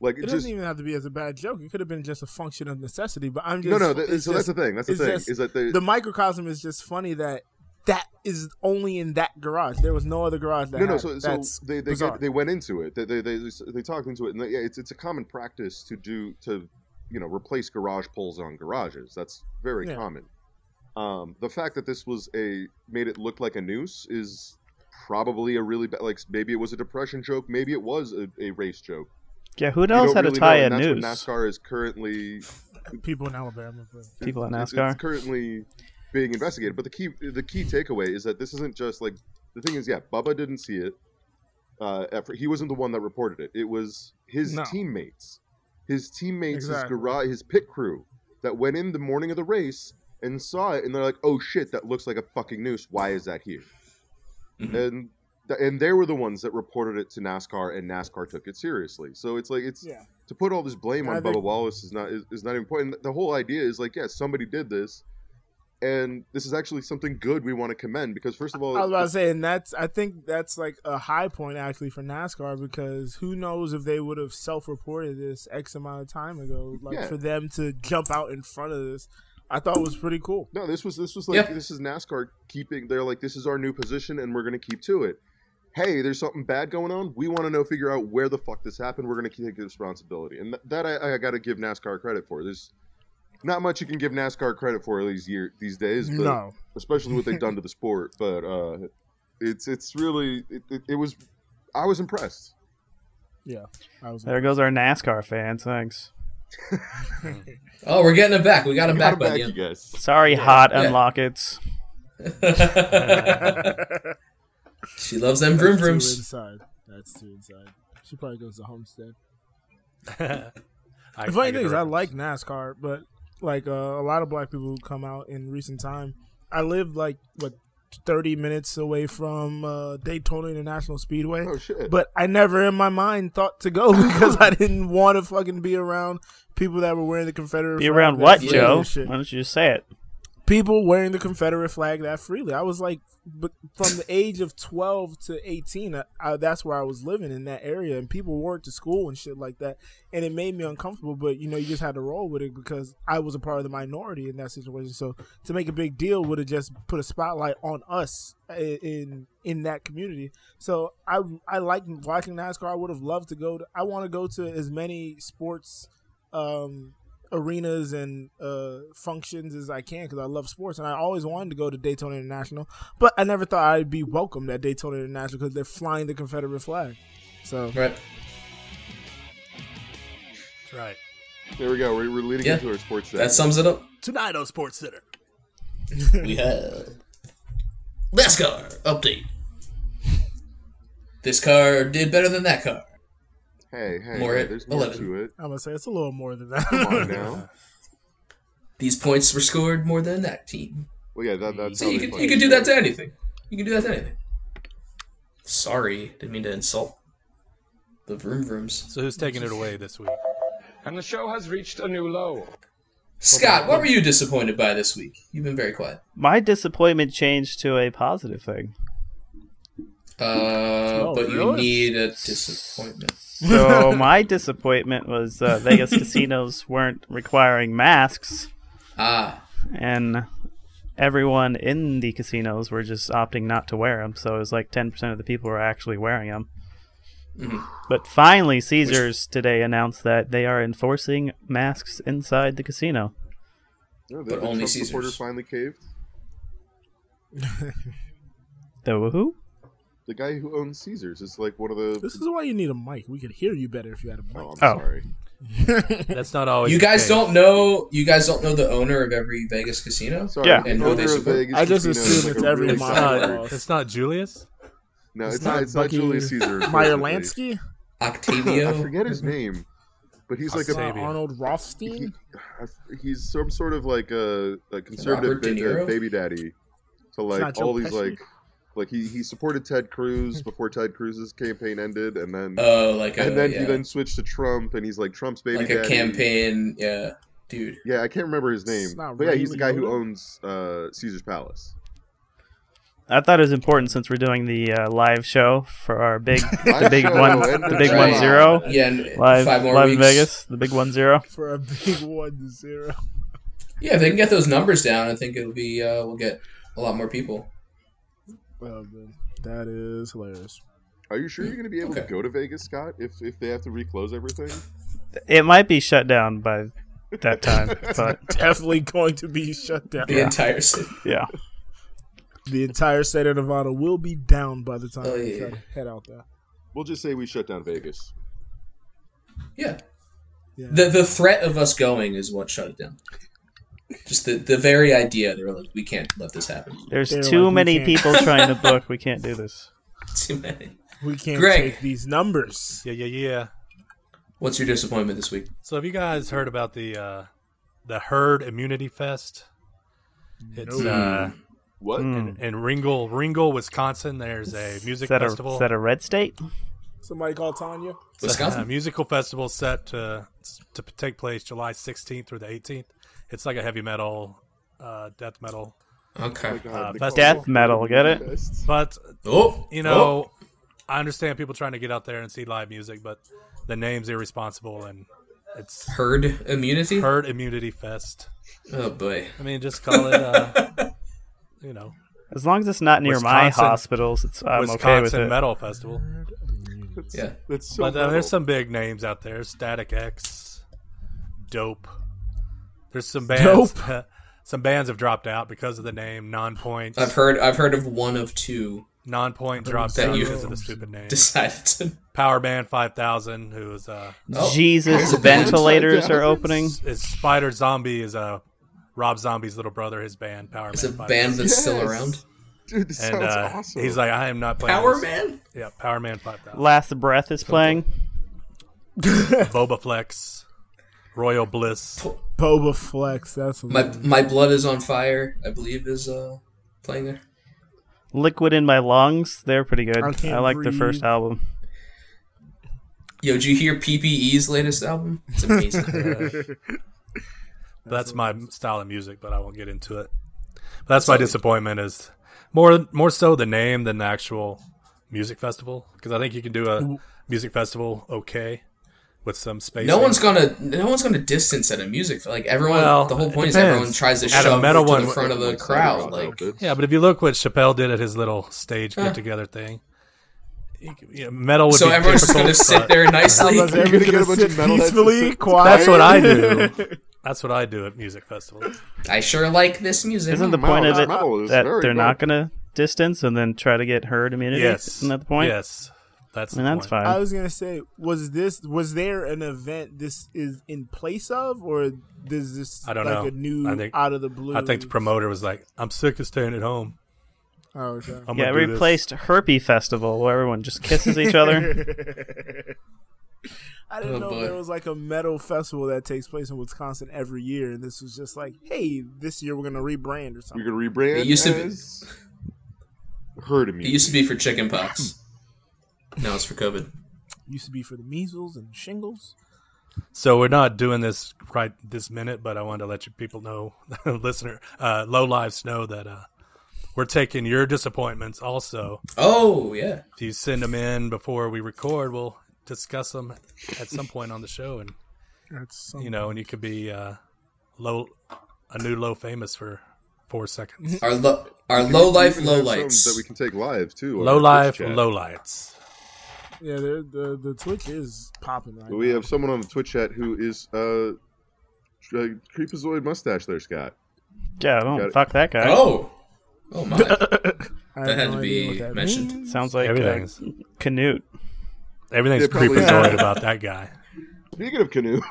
Speaker 5: Like
Speaker 4: it
Speaker 5: it just
Speaker 4: doesn't even have to be as a bad joke it could have been just a function of necessity but i'm just
Speaker 5: no no. Th-
Speaker 4: it's
Speaker 5: so
Speaker 4: just-
Speaker 5: that's the thing. That's the
Speaker 4: it's
Speaker 5: thing
Speaker 4: just
Speaker 5: is that they,
Speaker 4: the microcosm is just funny that that is only in that garage there was no other garage that
Speaker 5: no no.
Speaker 4: had
Speaker 5: So,
Speaker 4: it.
Speaker 5: so
Speaker 4: that's
Speaker 5: they they,
Speaker 4: bizarre.
Speaker 5: get, they went into it. They they, they they talked into it, and they, yeah, it's it's a common practice to do to you know replace garage poles on garages. That's very
Speaker 4: Yeah.
Speaker 5: common. Um, the fact that this was a made it look like a noose is probably a really bad like maybe it was a depression joke, maybe it was a, a race joke.
Speaker 6: Yeah, who
Speaker 5: You
Speaker 6: knows
Speaker 5: don't
Speaker 6: how to
Speaker 5: really
Speaker 6: tie
Speaker 5: know,
Speaker 6: a
Speaker 5: and that's what
Speaker 6: noose?
Speaker 5: NASCAR is currently
Speaker 4: people in Alabama. But
Speaker 6: People at
Speaker 5: it's-
Speaker 6: NASCAR.
Speaker 5: It's currently being investigated. But the key the key takeaway is that this isn't just like the thing is yeah, Bubba didn't see it. Uh, at fir- he wasn't the one that reported it. It was his
Speaker 4: No.
Speaker 5: teammates, his teammates,
Speaker 4: Exactly.
Speaker 5: his garage, his pit crew that went in the morning of the race and saw it, and they're like, "Oh shit, that looks like a fucking noose. Why is that here?"
Speaker 3: Mhm.
Speaker 5: And th- and they were the ones that reported it to NASCAR, and NASCAR took it seriously. So it's like it's
Speaker 4: yeah,
Speaker 5: to put all this blame
Speaker 4: I
Speaker 5: on
Speaker 4: think-
Speaker 5: Bubba Wallace is not is, is not important. The whole idea is like, yeah, somebody did this, and this is actually something good we want to commend because first of all,
Speaker 4: I was about to say, and that's I think that's like a high point actually for NASCAR because who knows if they would have self-reported this X amount of time ago, like
Speaker 5: Yeah.
Speaker 4: for them to jump out in front of this, I thought was pretty cool.
Speaker 5: no, this was this was like
Speaker 3: Yeah.
Speaker 5: this is NASCAR keeping. They're like, this is our new position, and we're going to keep to it. Hey, there's something bad going on. We want to know, figure out where the fuck this happened. We're going to take the responsibility, and th- that I, I got to give NASCAR credit for. There's not much you can give NASCAR credit for these year these days. But
Speaker 4: No,
Speaker 5: especially what
Speaker 4: <laughs>
Speaker 5: they've done to the sport. But uh, it's it's really it, it, it was I was impressed.
Speaker 4: I was
Speaker 6: There goes our NASCAR fan. Thanks.
Speaker 3: Oh, we're getting him back. We got him back
Speaker 5: Got
Speaker 3: by the
Speaker 5: you
Speaker 3: end.
Speaker 5: guys.
Speaker 6: Sorry, hot
Speaker 3: Yeah.
Speaker 6: unlockets.
Speaker 3: <laughs> she loves them vroom
Speaker 4: That's too
Speaker 3: vrooms.
Speaker 4: inside. That's too inside. She probably goes to Homestead.
Speaker 7: I,
Speaker 4: The funny
Speaker 7: get
Speaker 4: thing is, I
Speaker 7: reference.
Speaker 4: like NASCAR, but like uh, a lot of black people who come out in recent time, I live like what thirty minutes away from uh, Daytona International Speedway.
Speaker 5: Oh shit!
Speaker 4: But I never in my mind thought to go <laughs> because I didn't want to fucking be around people that were wearing the Confederate
Speaker 6: Be
Speaker 4: flag
Speaker 6: around
Speaker 4: that
Speaker 6: what,
Speaker 4: freely
Speaker 6: Joe?
Speaker 4: and shit.
Speaker 6: Why don't you just say it?
Speaker 4: People wearing the Confederate flag that freely. I was like, but from the age of 12 to 18, I, I, that's where I was living in that area. And people wore it to school and shit like that. And it made me uncomfortable, but you know, you just had to roll with it because I was a part of the minority in that situation. So to make a big deal would have just put a spotlight on us i- in in that community. So I I like watching NASCAR. I would have loved to go. To, I want to go to as many sports um, arenas and uh, functions as I can because I love sports and I always wanted to go to Daytona International, but I never thought I'd be welcomed at Daytona International because they're flying the Confederate flag. So
Speaker 3: Right.
Speaker 7: That's right.
Speaker 5: There we go. We're, we're leading
Speaker 3: Yeah.
Speaker 5: into our sports segment.
Speaker 3: That sums
Speaker 5: <laughs>
Speaker 3: it up.
Speaker 7: Tonight on Sports Center.
Speaker 3: We have NASCAR update. This car did better than that car.
Speaker 5: hey, hey,
Speaker 3: More
Speaker 5: hey,
Speaker 3: at
Speaker 5: there's more
Speaker 3: 11.
Speaker 5: to
Speaker 4: <laughs>
Speaker 5: it.
Speaker 4: I'm gonna say it's a little more than
Speaker 5: Come
Speaker 4: that.
Speaker 5: on now.
Speaker 3: These points were scored more than that team.
Speaker 5: Well, yeah, that, that's
Speaker 3: So
Speaker 5: how
Speaker 3: you
Speaker 5: they
Speaker 3: could
Speaker 5: play
Speaker 3: you could
Speaker 5: the
Speaker 3: do that
Speaker 5: sport.
Speaker 3: to anything. You can do that to anything. Sorry, didn't mean to insult the vroom vrooms.
Speaker 7: So who's taking it away this
Speaker 4: <laughs>
Speaker 7: week?
Speaker 1: And the show has reached a new low.
Speaker 3: Scott, what were you disappointed by this week? You've been very quiet.
Speaker 6: My disappointment changed to a positive thing.
Speaker 3: Uh,
Speaker 4: Oh,
Speaker 3: but you
Speaker 4: really?
Speaker 3: need a disappointment. <laughs>
Speaker 6: So my disappointment was uh, Vegas casinos weren't requiring masks,
Speaker 3: Ah,
Speaker 6: and everyone in the casinos were just opting not to wear them. So it was like ten percent of the people were actually wearing them.
Speaker 3: Mhm.
Speaker 6: But finally, Caesars today announced that they are enforcing masks inside the casino.
Speaker 5: Yeah, the,
Speaker 3: But
Speaker 5: the
Speaker 3: only
Speaker 5: Trump
Speaker 3: Caesars.
Speaker 5: supporter finally caved.
Speaker 6: The woohoo!
Speaker 5: The guy who owns Caesars is like one of the.
Speaker 4: <laughs> this is why you need a mic. We could hear you better if you had a mic.
Speaker 5: oh, I'm
Speaker 6: Oh.
Speaker 5: sorry.
Speaker 7: That's not
Speaker 5: Oh,
Speaker 7: always.
Speaker 3: you
Speaker 7: the
Speaker 3: guys
Speaker 7: case.
Speaker 3: don't know. You guys don't know the owner of every Vegas casino.
Speaker 5: Sorry.
Speaker 6: Yeah.
Speaker 5: the
Speaker 3: And who they
Speaker 5: owner of
Speaker 3: support.
Speaker 5: Vegas
Speaker 4: I just
Speaker 5: Casino is,
Speaker 4: assume
Speaker 5: like,
Speaker 4: it's
Speaker 5: a
Speaker 4: every
Speaker 5: really
Speaker 7: It's
Speaker 4: mile.
Speaker 5: solid-
Speaker 4: Miles.
Speaker 7: not, it's not Julius.
Speaker 5: No, it's, not. It's not
Speaker 4: Bucky
Speaker 5: Julius Caesar.
Speaker 4: Meyer Lansky.
Speaker 5: unfortunately.
Speaker 3: Octavio.
Speaker 5: <laughs> I forget his name, but he's
Speaker 4: It's
Speaker 5: like a
Speaker 4: not
Speaker 7: Octavia.
Speaker 4: Arnold
Speaker 5: he, <laughs>
Speaker 4: Rothstein.
Speaker 5: he's some sort of like a, a conservative
Speaker 3: Robert De
Speaker 5: ba- uh,
Speaker 3: Niro?
Speaker 5: baby daddy to like
Speaker 4: not
Speaker 5: all
Speaker 4: Joe
Speaker 5: these
Speaker 4: Pesci.
Speaker 5: like like he, he supported Ted Cruz before Ted Cruz's campaign ended, and then
Speaker 3: Oh, like a
Speaker 5: and then
Speaker 3: yeah.
Speaker 5: he then switched to Trump, and he's like Trump's baby
Speaker 3: like
Speaker 5: daddy.
Speaker 3: a campaign. Yeah, dude.
Speaker 5: Yeah, I can't remember his
Speaker 4: It's
Speaker 5: name,
Speaker 4: not
Speaker 5: but yeah, he's the guy who
Speaker 4: Ray Liotta?
Speaker 5: owns uh, Caesar's Palace.
Speaker 6: I thought it was important since we're doing the uh, live show for
Speaker 3: <laughs>
Speaker 6: our big, the
Speaker 5: Live
Speaker 6: big
Speaker 5: show
Speaker 6: one,
Speaker 5: and
Speaker 6: the big
Speaker 3: Right.
Speaker 6: one zero.
Speaker 3: Yeah, and
Speaker 6: Live,
Speaker 3: five more
Speaker 6: live in
Speaker 3: weeks.
Speaker 6: Vegas, the big one zero.
Speaker 4: for a big one to zero.
Speaker 3: Yeah, if they can get those numbers down, I think it'll be uh, we'll get a lot more people.
Speaker 4: Oh, man. That is hilarious.
Speaker 5: Are you sure you're going to be able to
Speaker 3: Okay.
Speaker 5: go to Vegas, Scott? If if they have to reclose everything,
Speaker 6: It might be shut down by
Speaker 7: <laughs>
Speaker 6: that time, but
Speaker 4: Definitely going to be shut down.
Speaker 3: The entire city.
Speaker 6: yeah.
Speaker 4: The entire state of Nevada will be down by the time
Speaker 3: Oh,
Speaker 4: we
Speaker 3: yeah.
Speaker 4: cut- head out there.
Speaker 5: we'll just say we shut down Vegas.
Speaker 3: Yeah.
Speaker 4: Yeah.
Speaker 3: The the threat of us going is what shut it down. Just the, the very idea. They were like, we can't let this happen. <laughs>
Speaker 6: There's
Speaker 4: They're
Speaker 6: too
Speaker 4: like, we
Speaker 6: many
Speaker 4: can't.
Speaker 6: people trying to book. We can't do this.
Speaker 3: Too many.
Speaker 4: We can't
Speaker 3: Greg.
Speaker 4: take these numbers.
Speaker 7: Yeah, yeah, yeah.
Speaker 3: What's your disappointment this week?
Speaker 7: So have you guys heard about the uh, the herd immunity fest? It's
Speaker 4: No.
Speaker 7: uh,
Speaker 5: What?
Speaker 6: Mm.
Speaker 7: in, in Ringgold, Ringgold, Wisconsin. There's <laughs> a music
Speaker 6: Is that, a,
Speaker 7: festival.
Speaker 6: is that a red state?
Speaker 4: Somebody call Tanya.
Speaker 7: It's A
Speaker 3: Wisconsin.
Speaker 7: musical festival set to to take place July 16th through the 18th. It's like a heavy metal, uh, death metal.
Speaker 3: Okay.
Speaker 7: Uh,
Speaker 5: the
Speaker 7: fest-
Speaker 5: Carnival
Speaker 6: Death metal, get it?
Speaker 5: Fest.
Speaker 7: But
Speaker 3: Oh,
Speaker 7: you know, I understand people trying to get out there and see live music, but the name's irresponsible and it's
Speaker 3: oh. herd immunity.
Speaker 7: herd immunity fest.
Speaker 3: Oh boy.
Speaker 7: I mean, just call it, uh,
Speaker 3: <laughs>
Speaker 7: you know,
Speaker 6: As long as it's not near my
Speaker 7: Wisconsin-
Speaker 6: hospitals, it's, I'm
Speaker 7: Wisconsin
Speaker 6: okay with it.
Speaker 7: Metal Festival.
Speaker 3: Yeah.
Speaker 5: That's so.
Speaker 7: But uh,
Speaker 5: metal.
Speaker 7: there's some big names out there: Static X, Dope. There's some bands. <laughs> some bands have dropped out because of the name. Nonpoint.
Speaker 3: I've heard I've heard of one of two <laughs>
Speaker 7: Nonpoint dropped
Speaker 3: that
Speaker 7: out
Speaker 3: you-
Speaker 7: because of the stupid name.
Speaker 3: decided to.
Speaker 7: Power Band 5000, who is uh,
Speaker 3: Oh.
Speaker 6: Jesus, ventilators are opening.
Speaker 7: is Spider Zombie is uh, Rob Zombie's little brother. His band Power
Speaker 3: It's a
Speaker 7: Man.
Speaker 3: band
Speaker 7: 5000.
Speaker 3: that's still
Speaker 5: Yes.
Speaker 3: around.
Speaker 5: Dude, this
Speaker 7: and
Speaker 5: sounds
Speaker 7: uh,
Speaker 5: awesome.
Speaker 7: he's like, I am not playing.
Speaker 3: Power
Speaker 7: this.
Speaker 3: Man.
Speaker 7: Yeah, Power Man 5000.
Speaker 6: Last Breath is playing.
Speaker 7: Boba Flex, Royal Bliss.
Speaker 4: Boba Flex. That's
Speaker 3: My my blood is on fire. I believe is uh playing there.
Speaker 6: Liquid in My Lungs, they're pretty good.
Speaker 4: I
Speaker 6: I,
Speaker 4: can't
Speaker 6: like their first
Speaker 4: breathe.
Speaker 6: album.
Speaker 3: Yo, did you hear PPE's latest album? It's
Speaker 6: <laughs>
Speaker 3: amazing.
Speaker 7: that's my style of music, but I won't get into it. But that's my disappointment is more more so the name than the actual music festival because I think you can do a music festival okay with some space.
Speaker 3: no one's gonna no one's gonna distance at a music like everyone.
Speaker 7: Well,
Speaker 3: the whole
Speaker 7: it
Speaker 3: point is
Speaker 7: depends.
Speaker 3: everyone tries to
Speaker 7: At a
Speaker 3: shove
Speaker 7: metal
Speaker 3: to
Speaker 7: one-
Speaker 3: the front of
Speaker 5: I'm
Speaker 3: the
Speaker 5: excited
Speaker 3: crowd.
Speaker 5: about
Speaker 3: Like
Speaker 5: outfits.
Speaker 7: yeah, but if you look what Chappelle did at his little stage
Speaker 3: Yeah.
Speaker 7: get together thing, you c- yeah, metal would
Speaker 3: so
Speaker 7: be
Speaker 3: everyone's just
Speaker 7: difficult,
Speaker 6: <laughs>
Speaker 3: gonna sit
Speaker 7: but
Speaker 3: there nicely.
Speaker 4: How's everybody
Speaker 5: get a
Speaker 4: gonna
Speaker 5: bunch
Speaker 4: sit
Speaker 5: of metalheads to
Speaker 4: peacefully,
Speaker 5: sit-
Speaker 4: quiet?
Speaker 7: That's what I do. <laughs> That's what I do at music festivals.
Speaker 3: I sure like this music.
Speaker 6: Isn't the
Speaker 5: Metal-
Speaker 6: point of it
Speaker 5: metal is
Speaker 6: that
Speaker 5: very
Speaker 6: they're not
Speaker 5: good.
Speaker 6: going to distance and then try to get herd immunity?
Speaker 7: Yes,
Speaker 6: Isn't that the point?
Speaker 7: Yes, That's
Speaker 6: I mean,
Speaker 7: the
Speaker 6: that's
Speaker 7: point.
Speaker 6: fine.
Speaker 4: I was gonna say, was this was there an event this is in place of, or does this
Speaker 7: I don't
Speaker 4: like
Speaker 7: know.
Speaker 4: a new
Speaker 7: I think-
Speaker 4: out of the blue?
Speaker 7: I think the promoter was like, "I'm sick of staying at home."
Speaker 4: Oh, okay.
Speaker 7: I'm
Speaker 6: yeah,
Speaker 7: gonna do this."
Speaker 6: replaced Herpy Festival where everyone just kisses each other.
Speaker 4: I didn't
Speaker 3: Oh,
Speaker 4: know
Speaker 3: boy.
Speaker 4: there was like a metal festival that takes place in Wisconsin every year, and this was just like, hey, this year we're gonna rebrand or
Speaker 5: We
Speaker 4: something.
Speaker 5: can rebrand.
Speaker 3: It used to be-
Speaker 5: as Herd
Speaker 3: It used to be for chickenpox.
Speaker 6: Hmm.
Speaker 3: now it's for COVID.
Speaker 4: Used to be for the measles and shingles.
Speaker 7: So we're not doing this right this minute, but I wanted to let you people know, <laughs> listener, uh, low lives know that uh, we're taking your disappointments also.
Speaker 3: Oh yeah.
Speaker 7: If you send them in before we record, we'll discuss them at some point on the show, and
Speaker 4: That's something.
Speaker 7: you know, and you could be uh, low, a new low famous for four
Speaker 5: <laughs>
Speaker 7: seconds.
Speaker 3: Our lo- our low life
Speaker 5: We
Speaker 3: low
Speaker 5: even have some
Speaker 3: lights.
Speaker 5: that we can take live too. on
Speaker 7: low
Speaker 5: our
Speaker 7: life,
Speaker 5: Twitch chat.
Speaker 7: low lights.
Speaker 4: yeah, they're- the the Twitch is popping right.
Speaker 5: But we
Speaker 4: now.
Speaker 5: have someone on the Twitch chat who is uh, uh creepazoid mustache there, Scott.
Speaker 6: Yeah,
Speaker 5: Got
Speaker 6: well,
Speaker 5: it.
Speaker 6: fuck that guy.
Speaker 3: Oh. Oh my.
Speaker 4: I have
Speaker 3: that had to
Speaker 4: idea
Speaker 3: be
Speaker 4: what that
Speaker 3: mentioned.
Speaker 4: means.
Speaker 6: Sounds like uh,
Speaker 7: Everything's
Speaker 6: Canute.
Speaker 7: everything's
Speaker 5: It probably-
Speaker 7: creepazoid about that guy.
Speaker 5: Speaking of canoe, <laughs>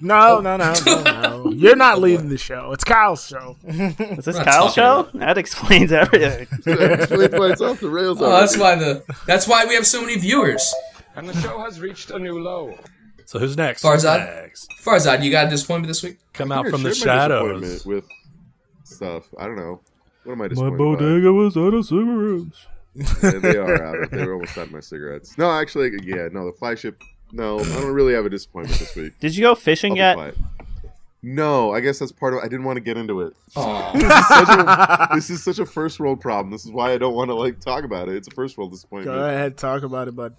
Speaker 4: No, no, no, no, no. You're not leading the show. It's Kyle's show.
Speaker 6: Is this
Speaker 3: We're not
Speaker 6: Kyle's show?
Speaker 3: talking
Speaker 6: That explains everything.
Speaker 5: explained why it's off the rails.
Speaker 3: Oh,
Speaker 5: already.
Speaker 3: that's why the that's why we have so many viewers.
Speaker 1: And the show has reached a new low.
Speaker 7: So who's next?
Speaker 3: Farzad?
Speaker 7: Next.
Speaker 3: Farzad, you got a disappointment this week?
Speaker 7: Come
Speaker 5: I
Speaker 7: out
Speaker 5: think I
Speaker 7: from the
Speaker 5: shared my
Speaker 7: shadows.
Speaker 5: disappointment With stuff, I don't know. What am I disappointed by?
Speaker 6: was out of cigarettes.
Speaker 5: Yeah, they are out.
Speaker 7: <laughs>
Speaker 5: of- They were almost out of my cigarettes. No, actually, yeah, no. The flagship. No, I don't really have a disappointment this week.
Speaker 6: Did you go fishing
Speaker 5: I'll be
Speaker 6: yet?
Speaker 5: quiet. No, I guess that's part of. I didn't want to get into it.
Speaker 4: Oh.
Speaker 6: <laughs>
Speaker 3: Aw.
Speaker 4: <laughs>
Speaker 5: Such a- this is such a first world problem. This is why I don't want to like talk about it. It's a first world
Speaker 4: Go
Speaker 5: disappointment.
Speaker 4: ahead, talk about it, bud.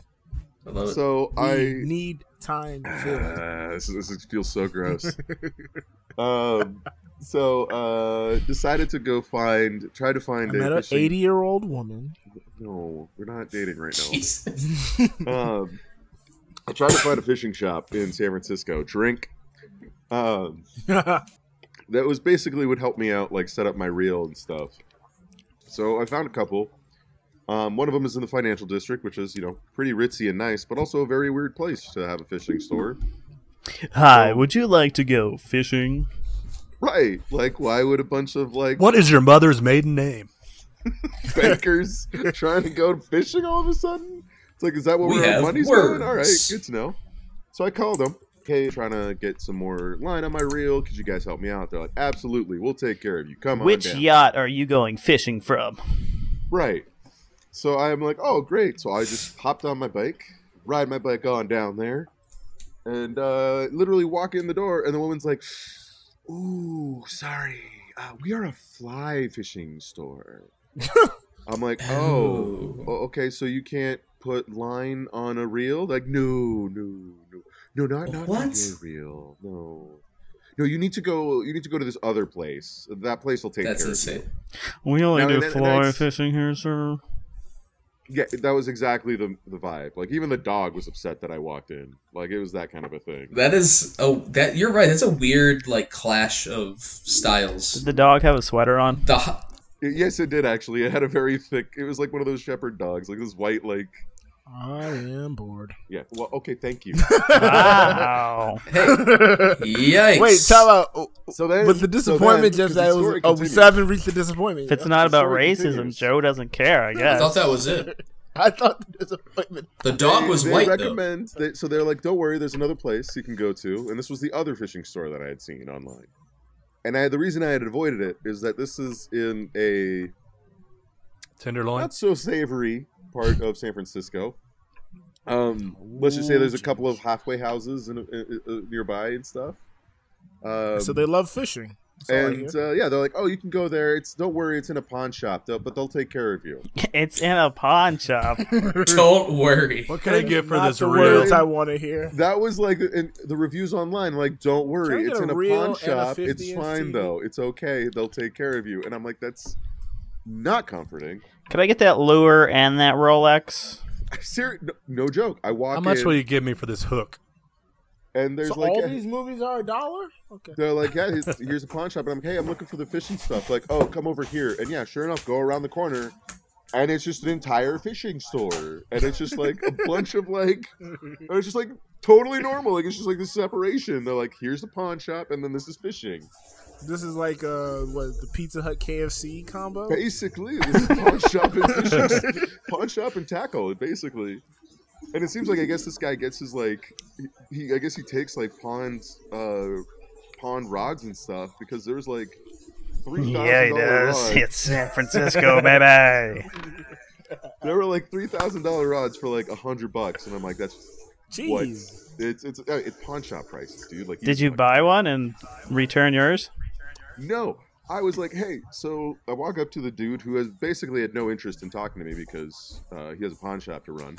Speaker 3: I love it. <laughs>
Speaker 5: So
Speaker 4: We
Speaker 5: <sighs> I
Speaker 4: need time
Speaker 5: <sighs>
Speaker 4: filled.
Speaker 5: Uh, this, is- this feels
Speaker 4: <laughs>
Speaker 5: so gross. um, so uh, decided to go find, try to
Speaker 4: I
Speaker 5: find
Speaker 4: met an
Speaker 5: fishing-
Speaker 4: 80 year old woman.
Speaker 5: No, we're not dating right now.
Speaker 3: Jeez.
Speaker 5: um, I tried to find a fishing shop in San Francisco. Drink. Um, that was basically would help me out, like set up my reel and stuff. So I found a couple. Um, one of them is in the financial district, which is you know pretty ritzy and nice, but also a very weird place to have a fishing store.
Speaker 6: Hi, would you like to go fishing?
Speaker 5: Right? Like, why would a bunch of like
Speaker 7: What is your mother's maiden name?
Speaker 5: <laughs> bankers trying to go fishing all of a sudden? It's like, is that what
Speaker 3: We
Speaker 5: our
Speaker 3: have
Speaker 5: money's
Speaker 3: words.
Speaker 5: going? All right, good to know. So I called them. Hey, trying to get some more line on my reel. Could you guys help me out? They're like, absolutely. We'll take care of you. Come on.
Speaker 6: Which
Speaker 5: down."
Speaker 6: yacht are you going fishing from?
Speaker 5: Right. So I'm like, oh, great. So I just hopped on my bike, ride my bike on down there, and uh, literally walk in the door. And the woman's like, ooh, sorry. Uh, we are a fly fishing store.
Speaker 3: <laughs>
Speaker 5: I'm like, oh.
Speaker 3: Oh.
Speaker 5: Oh, okay, so you can't put line on a reel? Like, no, no, no, no, not not on
Speaker 3: What?
Speaker 5: your reel. No, no, you need to go. You need to go to this other place. That place will take
Speaker 3: That's
Speaker 5: care of
Speaker 3: insane.
Speaker 6: We only
Speaker 5: No,
Speaker 6: do
Speaker 5: that-
Speaker 6: fly
Speaker 5: that's-
Speaker 6: fishing here, sir.
Speaker 5: you. Yeah, that was exactly the the vibe. Like, even the dog was upset that I walked in. Like, it was that kind of a thing.
Speaker 3: That is oh that you're right. That's a weird like clash of styles.
Speaker 6: Did the dog have a
Speaker 3: <laughs>
Speaker 6: sweater on?
Speaker 3: The ho-
Speaker 5: It- yes, it did actually. It had a very thick. It was like one of those shepherd dogs, like this white, like
Speaker 4: I am bored.
Speaker 5: <laughs> yeah. Well, okay, thank you.
Speaker 4: <laughs>
Speaker 6: Wow.
Speaker 3: hey, yikes!
Speaker 4: Wait, tell out.
Speaker 5: So then,
Speaker 4: But the disappointment just that it was. Oh, we still haven't reached the disappointment.
Speaker 6: If it's
Speaker 4: yet.
Speaker 6: not about
Speaker 5: story
Speaker 6: racism,
Speaker 5: continues.
Speaker 6: Joe doesn't care, I
Speaker 3: I thought
Speaker 6: guess.
Speaker 3: that was it.
Speaker 4: I thought the disappointment.
Speaker 3: The dog
Speaker 5: They-
Speaker 3: was
Speaker 5: they
Speaker 3: white
Speaker 4: <laughs>
Speaker 3: though.
Speaker 5: recommend they- so they're like, "Don't worry, there's another place you can go to." And this was the other fishing store that I had seen online. And I, the reason I had avoided it is that this is in a
Speaker 7: Tenderloin.
Speaker 5: not so savory part of San Francisco. Um, let's just say there's a couple of halfway houses in, in, in- nearby and stuff. Um,
Speaker 4: so they love fishing. That's all I
Speaker 5: and
Speaker 4: hear.
Speaker 5: uh, yeah, they're like, "Oh, you can go there. It's don't worry, it's in a pawn shop, though, but they'll take care of you."
Speaker 6: It's in a pawn shop.
Speaker 3: Don't worry.
Speaker 7: What can I get for
Speaker 4: Not
Speaker 7: this
Speaker 4: the
Speaker 7: reel?
Speaker 4: words I want to hear.
Speaker 5: That was like in the reviews online, like, don't
Speaker 4: Can I
Speaker 5: worry,
Speaker 4: get
Speaker 5: it's
Speaker 4: a
Speaker 5: in a
Speaker 4: reel
Speaker 5: pawn
Speaker 4: and a
Speaker 5: shop. it's
Speaker 4: 50
Speaker 5: fine
Speaker 4: STD?
Speaker 5: though. It's okay. They'll take care of you. And I'm like, that's not comforting.
Speaker 6: Could I get that lure and that Rolex?
Speaker 5: Ser- no, no joke. I walk
Speaker 7: How much
Speaker 5: in
Speaker 7: will you give me for this hook?
Speaker 5: and there's
Speaker 4: So
Speaker 5: like
Speaker 4: all
Speaker 5: a-
Speaker 4: these movies are a dollar. Okay.
Speaker 5: they're like, yeah, here's, here's a pawn shop, and I'm hey, I'm looking for the fishing stuff. Like, oh, come over here, and yeah, sure enough, go around the corner, and it's just an entire fishing store, and it's just like a bunch of like, and it's just like totally normal. Like it's just like the separation. They're like, here's the pawn shop, and then this is fishing.
Speaker 4: This is like uh what the Pizza Hut KFC combo.
Speaker 5: Basically, this is pawn shop
Speaker 6: <laughs>
Speaker 5: and fishing, pawn shop and tackle. Basically, and it seems like I guess this guy gets his like, he, he I guess he takes like pawns, uh, pawn rods and stuff because there's like three thousand
Speaker 6: Yeah, he does. <laughs> It's San Francisco, baby.
Speaker 5: There were like three thousand dollar rods for like a hundred bucks, and I'm like, that's what?
Speaker 4: Jeez.
Speaker 5: It's it's uh, it's pawn shop prices, dude. Like,
Speaker 6: <laughs> Did you buy one and return yours?
Speaker 5: No, I was like, hey. So I walk up to the dude who has basically had no interest in talking to me because uh, he has a pawn shop to run,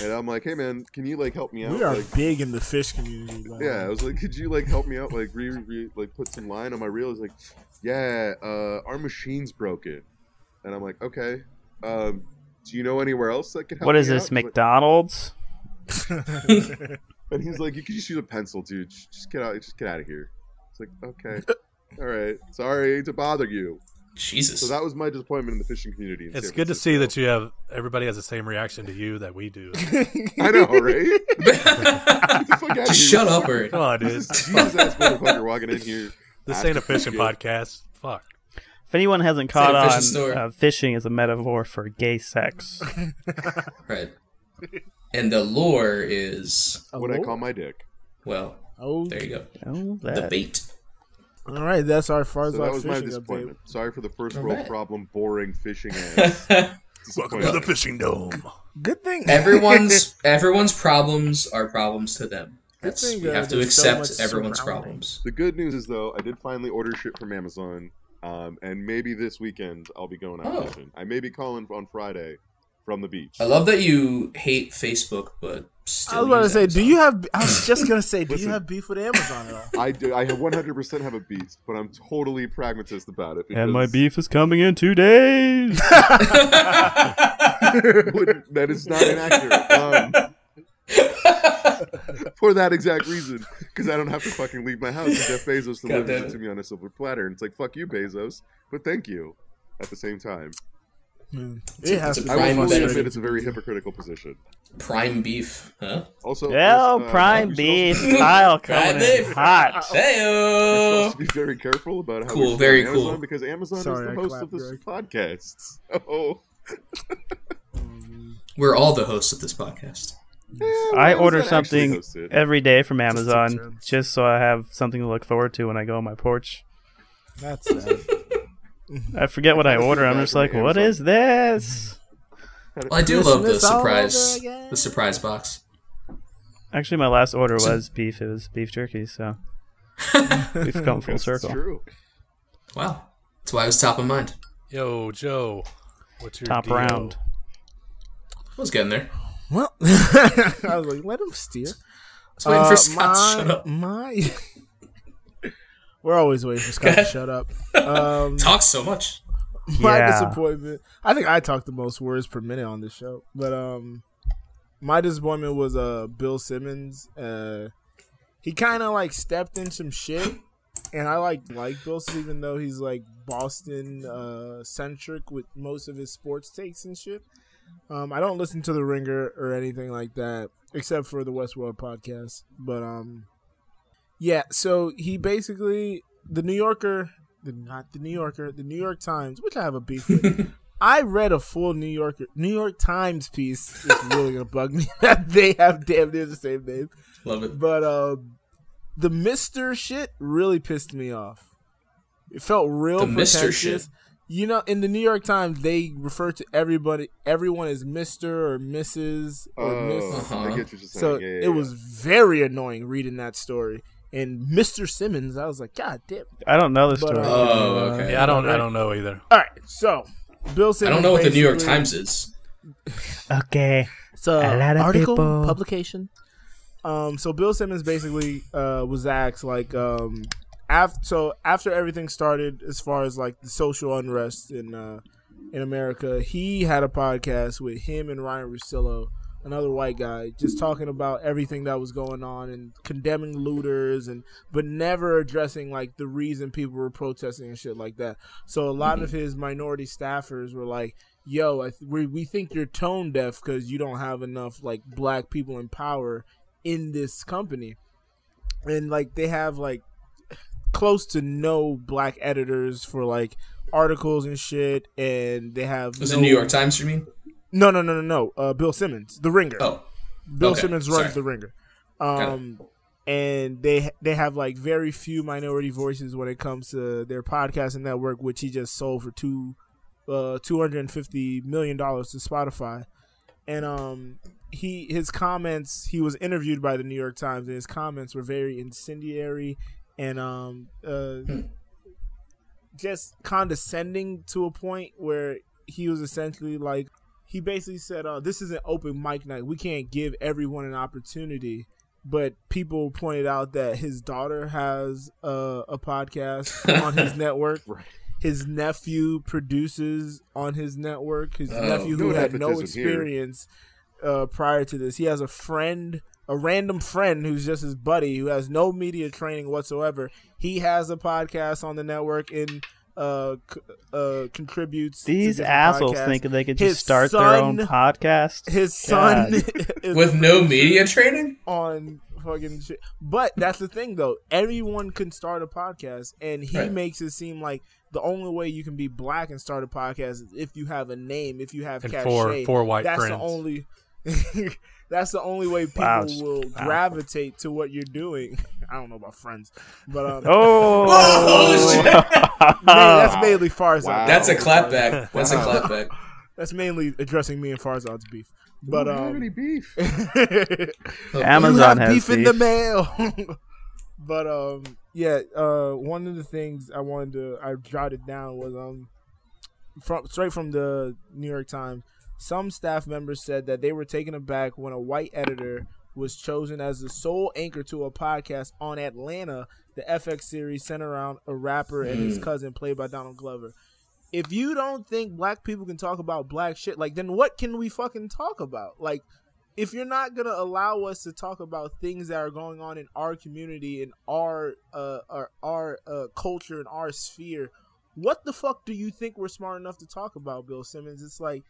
Speaker 5: and I'm like, hey man, can you like help me out?
Speaker 4: We are
Speaker 5: Like,
Speaker 4: big in the fish community. Like,
Speaker 5: yeah, I was like, could you like help me out? Like, re, re like put some line on my reel. He's like, yeah, uh, our machine's broken, and I'm like, okay. Um, do you know anywhere else that could help?
Speaker 6: What is
Speaker 5: me
Speaker 6: this,
Speaker 5: out?" He's like-
Speaker 6: McDonald's?
Speaker 5: And he's like, "You can just use a pencil, dude. Just just get out. Just get out of here." It's like,
Speaker 6: <laughs>
Speaker 5: okay, all right, sorry to bother you.
Speaker 3: Jesus. <laughs>
Speaker 5: So that was my disappointment in the fishing community. in
Speaker 7: It's
Speaker 5: San
Speaker 7: good to
Speaker 5: Francisco.
Speaker 7: see that you have everybody has the same reaction to you that we
Speaker 3: <laughs>
Speaker 7: do.
Speaker 5: I know, right? Get the fuck out of here. <laughs>
Speaker 3: Shut up, Bird.
Speaker 7: Come on, dude.
Speaker 5: This is Jesus ass motherfucker walking in here.
Speaker 7: This ain't a fishing podcast. Fuck.
Speaker 6: If anyone hasn't caught
Speaker 3: fishing
Speaker 6: on,
Speaker 3: store.
Speaker 6: uh, fishing is a metaphor for
Speaker 3: <laughs>
Speaker 6: gay sex.
Speaker 3: Right. And the lure is
Speaker 5: What I call my dick.
Speaker 3: well,
Speaker 4: Oh,
Speaker 3: there you go.
Speaker 6: Oh,
Speaker 3: The
Speaker 6: that.
Speaker 3: bait.
Speaker 4: all right. That's our far
Speaker 5: So
Speaker 4: as
Speaker 5: that
Speaker 4: our
Speaker 5: was my
Speaker 4: fishing update.
Speaker 5: disappointment. Sorry for the first
Speaker 3: All
Speaker 5: world
Speaker 3: right.
Speaker 5: problem. Boring
Speaker 3: <laughs>
Speaker 5: fishing ass. Disappointment.
Speaker 7: fishing dome.
Speaker 4: Good thing <laughs>
Speaker 3: everyone's everyone's problems are problems to them. That's
Speaker 4: thing,
Speaker 3: we
Speaker 4: uh,
Speaker 3: have to
Speaker 4: there's so
Speaker 3: accept
Speaker 4: much
Speaker 3: everyone's
Speaker 4: surrounding.
Speaker 3: problems.
Speaker 5: The good news is though, I did finally order shit from Amazon, um, and maybe this weekend I'll be going out
Speaker 3: Oh.
Speaker 5: fishing. I may be calling on Friday from the beach.
Speaker 3: I love that you hate Facebook, but still
Speaker 4: I was about to
Speaker 3: use
Speaker 4: say, do
Speaker 3: Amazon.
Speaker 4: you have? I was just gonna say, do you
Speaker 5: Listen.
Speaker 4: have beef with Amazon
Speaker 3: <laughs>
Speaker 4: at all?
Speaker 5: I do. I have 100% have a beat, but I'm totally pragmatist about it.
Speaker 6: And my
Speaker 5: because-
Speaker 6: beef is coming in two days.
Speaker 5: would- that is not inaccurate.
Speaker 3: <laughs>
Speaker 5: Um, for that exact reason, because I don't have to fucking leave my house. And Jeff Bezos delivers
Speaker 3: damn
Speaker 5: it
Speaker 3: it.
Speaker 5: to me on a silver platter, and it's like fuck you, Bezos, but thank you. At the same time,
Speaker 4: Man,
Speaker 3: It's
Speaker 4: it
Speaker 3: a-
Speaker 4: has
Speaker 3: it's a
Speaker 4: to.
Speaker 5: I
Speaker 4: be
Speaker 5: will
Speaker 3: Prime
Speaker 5: fully
Speaker 3: benefit.
Speaker 5: admit
Speaker 4: frustrating.
Speaker 5: it's a very hypocritical position.
Speaker 3: Prime beef, huh?
Speaker 5: Also,
Speaker 6: Well,
Speaker 5: there's, uh,
Speaker 6: oh, prime
Speaker 5: you're
Speaker 3: <laughs>
Speaker 5: <laughs>
Speaker 6: beef,
Speaker 5: supposed
Speaker 6: Kyle
Speaker 3: Prime
Speaker 6: coming in
Speaker 3: beef. <laughs>
Speaker 6: hot.
Speaker 5: to- you're
Speaker 3: Heyo.
Speaker 5: supposed to be very careful about how
Speaker 3: Cool,
Speaker 5: we show
Speaker 3: very
Speaker 5: Amazon
Speaker 3: cool.
Speaker 5: because Amazon
Speaker 4: Sorry,
Speaker 5: is
Speaker 4: I
Speaker 5: the host
Speaker 4: clapped,
Speaker 5: of this podcast. <laughs> Oh,
Speaker 3: We're all the hosts of this podcast.
Speaker 6: I
Speaker 5: Amazon
Speaker 6: order
Speaker 5: actually
Speaker 6: something
Speaker 5: hosts it.
Speaker 6: every day from
Speaker 4: take
Speaker 6: Amazon
Speaker 4: turns.
Speaker 6: just so I have something to look forward to when I go on my porch.
Speaker 4: That's sad.
Speaker 3: <laughs>
Speaker 6: I forget what I
Speaker 5: kinda
Speaker 6: order.
Speaker 5: feel
Speaker 6: I'm
Speaker 5: bad
Speaker 6: just
Speaker 5: for
Speaker 6: like, what
Speaker 5: Amazon.
Speaker 6: is this?
Speaker 3: Well, I do love the
Speaker 4: Christmas all
Speaker 3: surprise,
Speaker 4: over again.
Speaker 3: the surprise box.
Speaker 6: Actually, my last order was beef. It was beef jerky, so we've come full
Speaker 5: Yes, it's
Speaker 6: circle.
Speaker 5: true.
Speaker 3: Wow, that's why I was top of mind.
Speaker 7: Yo, Joe. What's your
Speaker 6: Top
Speaker 7: deal?
Speaker 6: round.
Speaker 3: I was getting there.
Speaker 4: Well, <laughs> I was like, let him steer.
Speaker 3: I was waiting
Speaker 4: Uh,
Speaker 3: for Scott
Speaker 4: my,
Speaker 3: to shut
Speaker 4: <laughs>
Speaker 3: up.
Speaker 4: My, <laughs> we're always waiting for Scott to shut up. Um,
Speaker 3: Talks so much.
Speaker 4: <laughs> my
Speaker 6: Yeah.
Speaker 4: disappointment. I think I talked the most words per minute on this show, but um, my disappointment was uh Bill Simmons. Uh, he kind of like stepped in some shit, and I like like Bill Simmons even though he's like Boston uh centric with most of his sports takes and shit. Um, I don't listen to The Ringer or anything like that except for the Westworld podcast, but um, yeah. So he basically the New Yorker. The, not the New Yorker, the New York Times, which I have a beef with.
Speaker 3: <laughs>
Speaker 4: I read a full New Yorker New York Times piece. It's really gonna bug me <laughs> that they have damn near the same name.
Speaker 3: Love it.
Speaker 4: But um, the Mister shit really pissed me off. It felt real
Speaker 3: The
Speaker 4: pretentious.
Speaker 3: Mr. shit.
Speaker 4: You know, in the New York Times, they refer to everybody, everyone as Mister or Mrs. or
Speaker 5: Oh,
Speaker 4: Miss.
Speaker 5: I
Speaker 3: Uh-huh.
Speaker 5: get what you're saying.
Speaker 4: So
Speaker 5: Yeah, yeah, yeah.
Speaker 4: it was very annoying reading that story. And Mister Simmons, I was like, God damn.
Speaker 6: I don't know the
Speaker 4: But,
Speaker 6: story.
Speaker 4: uh,
Speaker 3: Oh, okay.
Speaker 7: Yeah, I don't I don't know either.
Speaker 4: All right, so Bill
Speaker 3: I
Speaker 4: Simmons.
Speaker 3: don't know what the New York
Speaker 4: basically-
Speaker 3: Times is.
Speaker 6: okay.
Speaker 4: uh, It's a,
Speaker 6: A lot of
Speaker 4: article
Speaker 6: people.
Speaker 4: publication. Um, so Bill Simmons basically uh, was asked like um, after so after everything started as far as like the social unrest in uh, in America, he had a podcast with him and Ryan Russillo, another white guy, just talking about everything that was going on and condemning looters and but never addressing like
Speaker 3: Mm-hmm.
Speaker 4: the reason people were protesting and shit like that. So a lot of his minority staffers were like, yo, I th- we we think you're tone deaf because you don't have enough like black people in power in this company, and like they have like close to no black editors for like articles and shit, and they have
Speaker 3: Was
Speaker 4: no,
Speaker 3: it New York Times? You mean?
Speaker 4: No, no, no, no, no. Uh, Bill Simmons, The Ringer.
Speaker 3: Oh,
Speaker 4: Bill
Speaker 3: Okay,
Speaker 4: Simmons runs
Speaker 3: sorry.
Speaker 4: The Ringer.
Speaker 3: it.
Speaker 4: Um, and they they have like very few minority voices when it comes to their podcasting network, which he just sold for two uh, two hundred and fifty million dollars to Spotify. And um, he his comments he was interviewed by the New York Times, and his comments were very incendiary and um, uh, just condescending to a point where he was essentially like he basically said, uh, "This is an open mic night. We can't give everyone an opportunity." But people pointed out that his daughter has uh, a podcast on his network.
Speaker 5: Right.
Speaker 4: His nephew produces on his network. His
Speaker 3: Oh.
Speaker 4: nephew who
Speaker 5: No
Speaker 4: had no
Speaker 5: nepotism here.
Speaker 4: experience uh, prior to this. He has a friend, a random friend who's just his buddy who has no media training whatsoever. He has a podcast on the network and uh, c- uh, contributes. to
Speaker 6: These
Speaker 4: different
Speaker 6: assholes
Speaker 4: podcasts.
Speaker 6: thinking they could
Speaker 4: His
Speaker 6: just start their own
Speaker 4: son-
Speaker 6: podcast.
Speaker 4: <laughs> His son
Speaker 6: God.
Speaker 4: is
Speaker 3: with no media training.
Speaker 4: on fucking shit. But that's the thing though. Everyone can start a podcast and he
Speaker 3: Right.
Speaker 4: makes it seem like the only way you can be black and start a podcast is if you have a name, if you have
Speaker 7: And
Speaker 4: cachet.
Speaker 7: four- four white
Speaker 4: that's
Speaker 7: friends.
Speaker 4: the only <laughs> that's the only way people
Speaker 6: Wow, just-
Speaker 4: will
Speaker 6: wow.
Speaker 4: gravitate to what you're doing. <laughs> I don't know about friends,
Speaker 7: <laughs>
Speaker 4: but um
Speaker 6: Oh,
Speaker 4: <laughs>
Speaker 6: <laughs>
Speaker 3: Oh, shit.
Speaker 4: man, that's mainly Farzad.
Speaker 5: Wow.
Speaker 3: That's a clapback. That's a
Speaker 5: Wow.
Speaker 3: clapback.
Speaker 4: That's mainly addressing me and Farzad's beef. But
Speaker 5: Ooh, I have any
Speaker 4: um
Speaker 5: beef?
Speaker 4: <laughs>
Speaker 7: <laughs>
Speaker 4: you have
Speaker 6: Amazon has
Speaker 4: beef, in
Speaker 6: beef.
Speaker 4: the mail. <laughs> but um, yeah. Uh, one of the things I wanted to I jotted down was um, from straight from the New York Times. Some staff members said that they were taken aback when a white editor was chosen as the sole anchor to a podcast on Atlanta, the FX series centered around a rapper and his cousin, played by Donald Glover. If you don't think black people can talk about black shit, like then what can we fucking talk about? Like if you're not gonna allow us to talk about things that are going on in our community in our uh our, our uh, culture and our sphere what the fuck do you think we're smart enough to talk about bill simmons it's like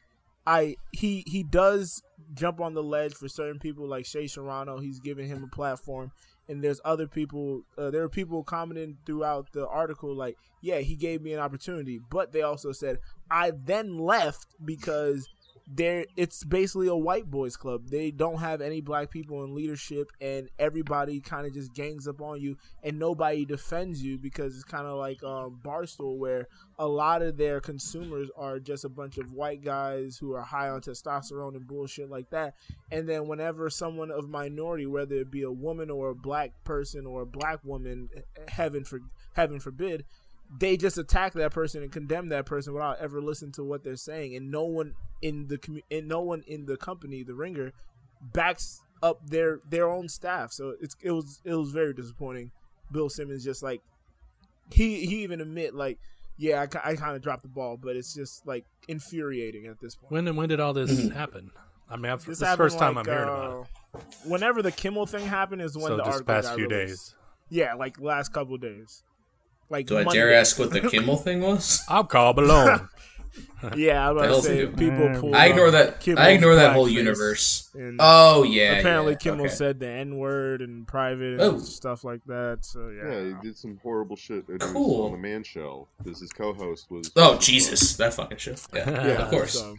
Speaker 4: i he he does jump on the ledge for certain people like shay serrano he's giving him a platform and there's other people uh, there are people commenting throughout the article like yeah he gave me an opportunity but they also said i then left because there it's basically a white boys club. They don't have any black people in leadership and everybody kind of just gangs up on you and nobody defends you because it's kind of like um Barstool where a lot of their consumers are just a bunch of white guys who are high on testosterone and bullshit like that. And then whenever someone of minority whether it be a woman or a black person or a black woman heaven for heaven forbid they just attack that person and condemn that person without ever listening to what they're saying and no one in the commu- and no one in the company the ringer backs up their their own staff so it's it was it was very disappointing bill simmons just like he he even admit like yeah i, ki- I kind of dropped the ball but it's just like infuriating at this point
Speaker 7: When and when did all
Speaker 4: <clears throat>
Speaker 7: this happen? I mean, I've, this, is the
Speaker 4: happened,
Speaker 7: first time
Speaker 4: like,
Speaker 7: I'm hearing about it.
Speaker 4: uh, whenever the kimmel thing happened is when
Speaker 7: So
Speaker 4: the
Speaker 7: just
Speaker 4: article
Speaker 7: past
Speaker 4: got
Speaker 7: few
Speaker 4: released.
Speaker 7: days.
Speaker 4: yeah like last couple days like
Speaker 3: Do I
Speaker 4: Monday.
Speaker 3: dare ask what the Kimmel thing was?
Speaker 4: Uh,
Speaker 7: I'll call Malone.
Speaker 4: <laughs> Yeah, I'm
Speaker 3: The
Speaker 4: about to
Speaker 3: hell's
Speaker 4: say
Speaker 3: he doing?
Speaker 4: people
Speaker 6: Mm.
Speaker 4: pull.
Speaker 3: I ignore that. I ignore that whole universe. Oh yeah.
Speaker 4: apparently,
Speaker 3: yeah,
Speaker 4: Kimmel
Speaker 3: okay.
Speaker 4: said the N word and private and
Speaker 3: Oh.
Speaker 4: stuff like that. So
Speaker 5: Yeah,
Speaker 4: yeah,
Speaker 5: he did some horrible shit. when he was
Speaker 3: Cool.
Speaker 5: On the man shell, because his co-host was.
Speaker 3: "Oh Jesus, that fucking
Speaker 4: <laughs>
Speaker 3: shit." Yeah,
Speaker 7: Yeah,
Speaker 3: of course.
Speaker 4: So,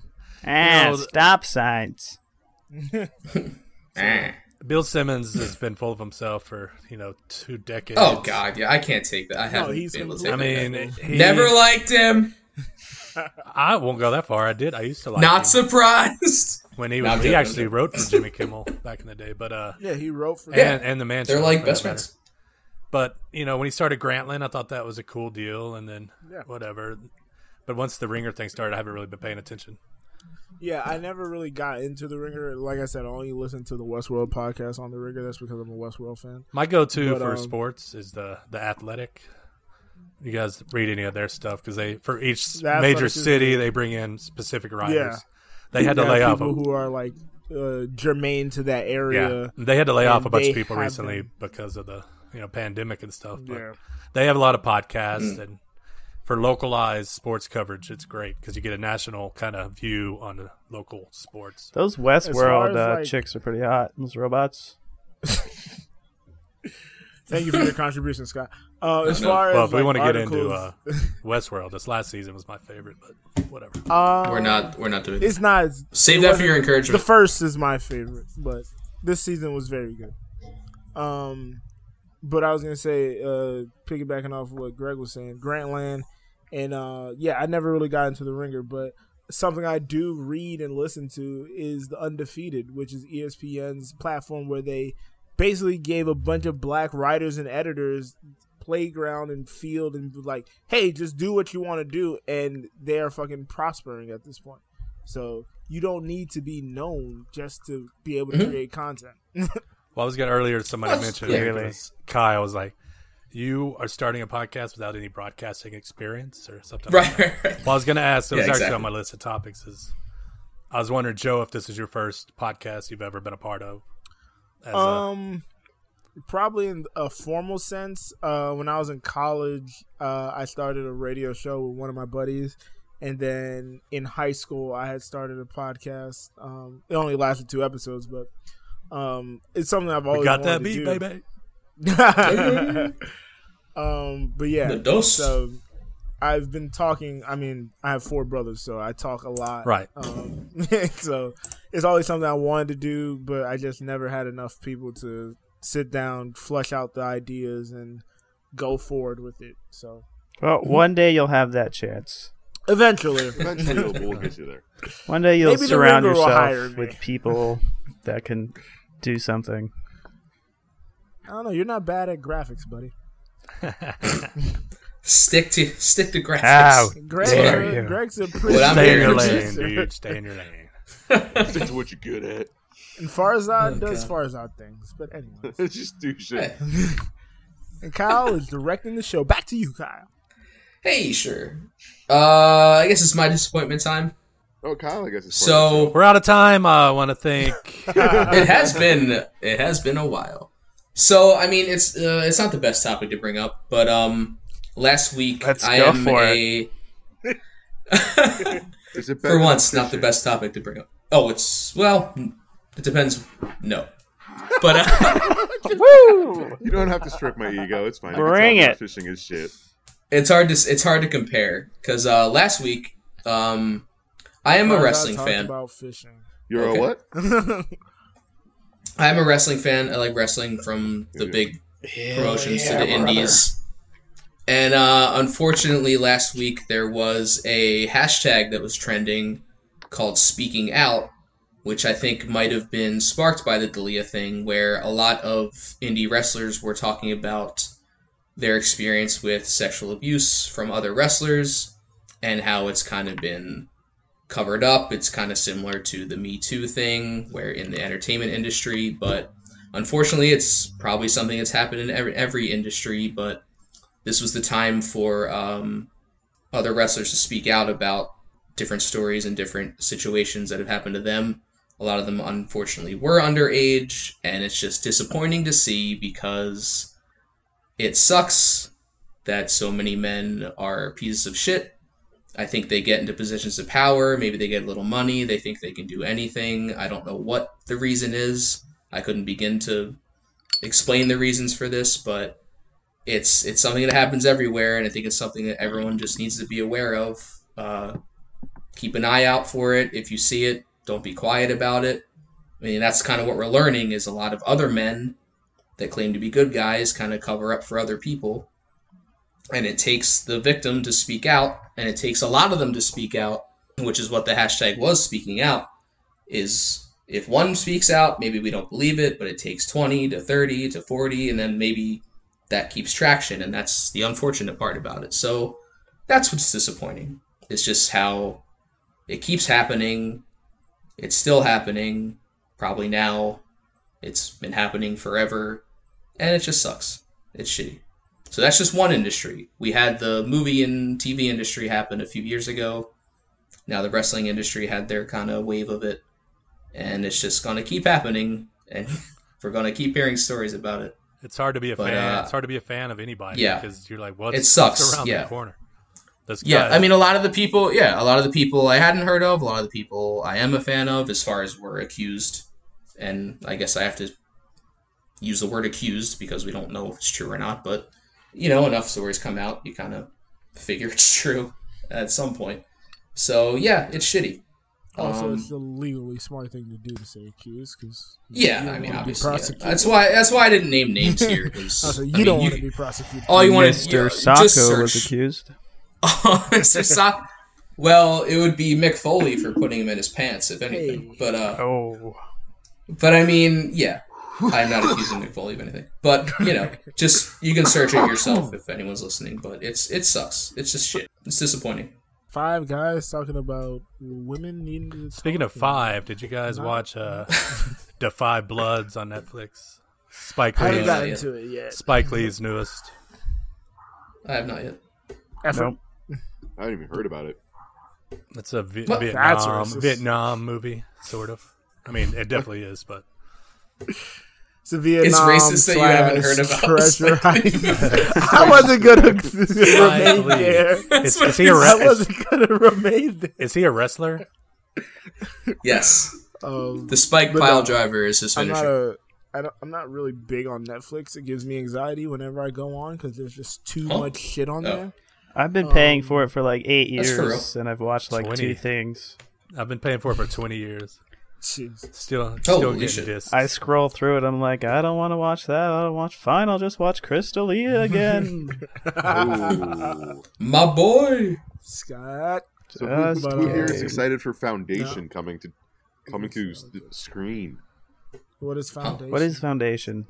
Speaker 6: Ah,
Speaker 7: You know,
Speaker 6: stop signs.
Speaker 3: Eh.
Speaker 7: Bill Simmons has been full of himself for you know two decades.
Speaker 3: Oh god, yeah, I can't take that. I haven't
Speaker 4: he's
Speaker 3: been able to take
Speaker 7: I
Speaker 4: completely-
Speaker 3: that.
Speaker 7: mean, he,
Speaker 3: Never liked him.
Speaker 7: I won't go that far. I did. I used to like
Speaker 3: Not
Speaker 7: him
Speaker 3: surprised.
Speaker 7: when he
Speaker 3: No,
Speaker 7: was.
Speaker 3: I'm
Speaker 7: he
Speaker 3: joking, I'm
Speaker 7: actually
Speaker 3: joking.
Speaker 7: wrote for
Speaker 3: <laughs>
Speaker 7: Jimmy Kimmel back in the day, but uh,
Speaker 4: yeah, he wrote for.
Speaker 3: Yeah.
Speaker 7: and and the man.
Speaker 3: They're
Speaker 7: show,
Speaker 3: like
Speaker 7: for
Speaker 3: best
Speaker 7: that matter.
Speaker 3: friends.
Speaker 7: But you know, when he started Grantland, I thought that was a cool deal, and then
Speaker 4: Yeah.
Speaker 7: whatever. But once the Ringer thing started, I haven't really been paying attention.
Speaker 4: Yeah, I never really got into the Ringer. Like I said, I only listened to the Westworld podcast on the Ringer. That's because I'm a Westworld fan.
Speaker 7: My go-to
Speaker 4: But,
Speaker 7: for
Speaker 4: um,
Speaker 7: sports is the the Athletic. You guys read any of their stuff because they for each
Speaker 4: The
Speaker 7: major
Speaker 4: Athletic is
Speaker 7: city they bring in specific writers.
Speaker 4: Yeah.
Speaker 7: They had to
Speaker 4: Yeah,
Speaker 7: lay off
Speaker 4: people
Speaker 7: a-
Speaker 4: who are like uh, germane to that area.
Speaker 7: Yeah, they had to lay off
Speaker 4: and
Speaker 7: a bunch
Speaker 4: they
Speaker 7: of people
Speaker 4: have
Speaker 7: recently
Speaker 4: been-
Speaker 7: because of the you know pandemic and stuff. But
Speaker 4: Yeah.
Speaker 3: Mm.
Speaker 7: they have a lot of podcasts and for localized sports coverage, it's great because you get a national kind of view on the local sports.
Speaker 6: Those
Speaker 4: far
Speaker 6: Westworld
Speaker 4: as,
Speaker 6: uh,
Speaker 4: like-
Speaker 6: chicks are pretty hot. Those robots.
Speaker 4: Thank you for your contribution, Scott. Uh, as
Speaker 3: no.
Speaker 4: far as
Speaker 7: Well, if we
Speaker 4: like,
Speaker 7: want to get into
Speaker 4: articles,
Speaker 7: uh, Westworld, this last season was my favorite, but whatever.
Speaker 4: um,
Speaker 3: We're not. We're not doing.
Speaker 4: It's not. as-
Speaker 3: Save
Speaker 4: it
Speaker 3: that for
Speaker 4: wasn't-
Speaker 3: your
Speaker 4: The
Speaker 3: encouragement.
Speaker 4: first is my favorite, but this season was very good. Um, but I was gonna say, uh, piggybacking off what Greg was saying, Grantland, and uh, yeah, I never really got into the Ringer, but something I do read and listen to is the Undefeated, which is E ESPN's platform where they basically gave a bunch of black writers and editors playground and field and was like, hey, just do what you want to do, and they are fucking prospering at this point. So you don't need to be known just to be able to
Speaker 7: Mm-hmm.
Speaker 4: create content.
Speaker 7: Well, I was going to earlier, somebody
Speaker 3: That's
Speaker 7: mentioned
Speaker 3: yeah.
Speaker 7: it, because Kyle was like, you are starting a podcast without any broadcasting experience or something. like
Speaker 3: Right.
Speaker 7: that.
Speaker 3: right, right.
Speaker 7: Well, I was going to ask, it was
Speaker 3: Yeah,
Speaker 7: actually
Speaker 3: exactly.
Speaker 7: on my list of topics, is I was wondering, Joe, if this is your first podcast you've ever been a part of. As a-
Speaker 4: Um, probably in a formal sense. Uh, when I was in college, uh, I started a radio show with one of my buddies, and then in high school, I had started a podcast. Um, it only lasted two episodes, but um, it's something I've always
Speaker 7: we got that
Speaker 4: wanted to
Speaker 7: beat,
Speaker 4: do.
Speaker 7: baby.
Speaker 4: <laughs> um, but yeah,
Speaker 3: The dose.
Speaker 4: So I've been talking. I mean, I have four brothers, so I talk a lot.
Speaker 7: Right.
Speaker 4: Um, <laughs> so it's always something I wanted to do, but I just never had enough people to sit down, flesh out the ideas, and go forward with it. So
Speaker 6: Well, one day you'll have that chance.
Speaker 4: eventually,
Speaker 5: Eventually,
Speaker 3: <laughs>
Speaker 5: we'll- we'll get you there.
Speaker 6: One day you'll
Speaker 4: Maybe the
Speaker 6: surround
Speaker 4: Ringer will hire me.
Speaker 6: yourself with people that can do something.
Speaker 4: I don't know. You're not bad at graphics, buddy.
Speaker 3: Stick to stick to graphics.
Speaker 6: Ow.
Speaker 4: Greg's,
Speaker 3: Dare
Speaker 4: a,
Speaker 6: you.
Speaker 4: Greg's a pretty.
Speaker 3: Well, I'm
Speaker 7: Stay in your
Speaker 3: here.
Speaker 7: lane,
Speaker 4: <laughs>
Speaker 7: dude. Stay in your lane.
Speaker 5: Stick to what you're good at. <laughs>
Speaker 4: And Farzad
Speaker 3: Oh,
Speaker 4: does
Speaker 3: God.
Speaker 4: Farzad things, but anyway.
Speaker 5: Just do shit.
Speaker 3: Hey.
Speaker 4: And Kyle is directing the show. Back to you, Kyle.
Speaker 3: Hey, sure. Uh, I guess it's my disappointment time.
Speaker 5: Oh, Kyle, I guess. Is part of
Speaker 3: So
Speaker 7: We're out of time. I want to thank.
Speaker 3: it has been it has been a while. So I mean, it's uh, it's not the best topic to bring up, but um, last week
Speaker 6: Let's
Speaker 3: I
Speaker 6: go
Speaker 3: am
Speaker 6: for
Speaker 3: a
Speaker 5: the show. Is it
Speaker 3: for
Speaker 5: better
Speaker 3: once
Speaker 5: than
Speaker 3: not the best topic to bring up. Oh, it's well, it depends. No, but uh, <laughs>
Speaker 5: fishing? You don't have to strip my ego. It's fine. You can
Speaker 6: Bring
Speaker 5: tell me
Speaker 6: it.
Speaker 5: Fishing is shit.
Speaker 3: it's hard to s- it's hard to compare because uh, last week um, I am a
Speaker 4: Farzad
Speaker 3: wrestling
Speaker 4: talked
Speaker 3: fan.
Speaker 4: About fishing.
Speaker 5: You're
Speaker 3: Okay.
Speaker 5: a what?
Speaker 3: I'm a wrestling fan. I like wrestling from the big promotions to the indies. And uh, unfortunately, last week there was a hashtag that was trending called Speaking Out, which I think might have been sparked by the Dalia thing, where a lot of indie wrestlers were talking about their experience with sexual abuse from other wrestlers and how it's kind of been covered up. It's kind of similar to the Me Too thing, where in the entertainment industry, but unfortunately, it's probably something that's happened in every, every industry. But this was the time for um, other wrestlers to speak out about different stories and different situations that have happened to them. A lot of them, unfortunately, were underage, and it's just disappointing to see because it sucks that so many men are pieces of shit I think they get into positions of power. Maybe they get a little money. They think they can do anything. I don't know what the reason is. I couldn't begin to explain the reasons for this, but it's it's something that happens everywhere, and I think it's something that everyone just needs to be aware of. Uh, keep an eye out for it. If you see it, don't be quiet about it. I mean, that's kind of what we're learning is a lot of other men that claim to be good guys kind of cover up for other people and it takes the victim to speak out and it takes a lot of them to speak out which is what the hashtag was speaking out is if one speaks out maybe we don't believe it but it takes 20 to 30 to 40 and then maybe that keeps traction and that's the unfortunate part about it so that's what's disappointing it's just how it keeps happening it's still happening probably now it's been happening forever and it just sucks it's shitty so that's just one industry. We had the movie and TV industry happen a few years ago. Now the wrestling industry had their kind of wave of it, and it's just going to keep happening, and <laughs> we're going to keep hearing stories about it.
Speaker 7: It's hard to be a
Speaker 3: But,
Speaker 7: fan.
Speaker 3: uh,
Speaker 7: it's hard to be a fan of anybody
Speaker 3: yeah.
Speaker 7: because you're like, what's,
Speaker 3: It sucks,
Speaker 7: what's around
Speaker 3: yeah.
Speaker 7: the corner? That's
Speaker 3: Yeah,
Speaker 7: good.
Speaker 3: I mean, a lot of the people, yeah, a lot of the people I hadn't heard of, a lot of the people I am a fan of, as far as were accused, and I guess I have to use the word accused because we don't know if it's true or not. But you know, enough stories come out, you kind of figure <laughs> it's true at some point. So yeah, it's shitty.
Speaker 4: Also,
Speaker 3: Um,
Speaker 4: it's the legally smart thing to do to say accused because
Speaker 3: yeah, I mean, obviously, yeah. that's why that's why I didn't
Speaker 4: <laughs>
Speaker 3: name names here. 'cause,
Speaker 4: Also, you
Speaker 3: I mean,
Speaker 4: don't want
Speaker 3: <laughs>
Speaker 4: to be prosecuted.
Speaker 3: all Oh, you want to
Speaker 6: Mr.
Speaker 3: Sacco
Speaker 6: Sacco was accused.
Speaker 3: Oh, Mr. Sock. Well, it would be Mick Foley for putting him in his pants, if anything.
Speaker 4: Hey.
Speaker 3: But uh,
Speaker 6: Oh,
Speaker 3: but I mean, yeah, I'm not accusing Mick Foley of anything. But you know, just you can search it yourself if anyone's listening. But it's it sucks. It's just shit. It's disappointing.
Speaker 4: Five guys talking about women needing to.
Speaker 7: Speaking
Speaker 4: talk
Speaker 7: of five, did you guys
Speaker 4: Not-
Speaker 7: watch
Speaker 4: <laughs>
Speaker 7: uh, Defy Bloods on Netflix? Spike
Speaker 4: I haven't
Speaker 7: Lee's,
Speaker 3: got
Speaker 4: got into it yet.
Speaker 7: Spike Lee's newest.
Speaker 3: I have not yet.
Speaker 6: nope.
Speaker 5: I haven't even heard about it.
Speaker 7: It's a Vi-
Speaker 3: Well,
Speaker 4: that's
Speaker 7: Vietnam
Speaker 4: racist.
Speaker 7: Vietnam movie, sort of. I mean, it definitely is, but
Speaker 4: It's a Vietnam
Speaker 3: racist that you haven't heard
Speaker 4: slash
Speaker 3: about
Speaker 4: treasure
Speaker 3: Spike Lee.
Speaker 4: heist. I wasn't gonna <laughs> remain
Speaker 7: Lee.
Speaker 4: there.
Speaker 7: is,
Speaker 3: what
Speaker 7: is he a,
Speaker 3: he
Speaker 7: re-
Speaker 4: I
Speaker 7: is,
Speaker 4: wasn't gonna remain there.
Speaker 7: is he a wrestler?
Speaker 3: Yes,
Speaker 4: Um,
Speaker 3: the Spike
Speaker 4: But,
Speaker 3: pile
Speaker 4: uh,
Speaker 3: driver is his
Speaker 4: I'm not
Speaker 3: finisher.
Speaker 4: a. I don't, I'm not really big on Netflix. It gives me anxiety whenever I go on because there's just too
Speaker 3: Huh?
Speaker 4: much shit on
Speaker 3: Oh.
Speaker 4: there.
Speaker 6: I've been paying
Speaker 4: Um,
Speaker 6: for it for like eight
Speaker 3: that's for
Speaker 6: years, and I've watched like
Speaker 7: 20.
Speaker 6: two things.
Speaker 7: I've been paying for it for 20 years.
Speaker 4: Jeez.
Speaker 7: Still, still
Speaker 3: Holy
Speaker 7: getting
Speaker 3: shit.
Speaker 7: discs.
Speaker 6: I scroll through it. I'm like, I don't want to watch that. I don't watch. Fine, I'll just
Speaker 4: <laughs>
Speaker 6: watch Crystalia again.
Speaker 5: Ooh.
Speaker 3: My boy.
Speaker 4: Scott,
Speaker 5: So
Speaker 6: Just
Speaker 5: who, who
Speaker 4: but,
Speaker 5: here is
Speaker 4: uh,
Speaker 5: excited for Foundation coming to coming to s- the screen?
Speaker 4: what is foundation?
Speaker 6: what is Foundation?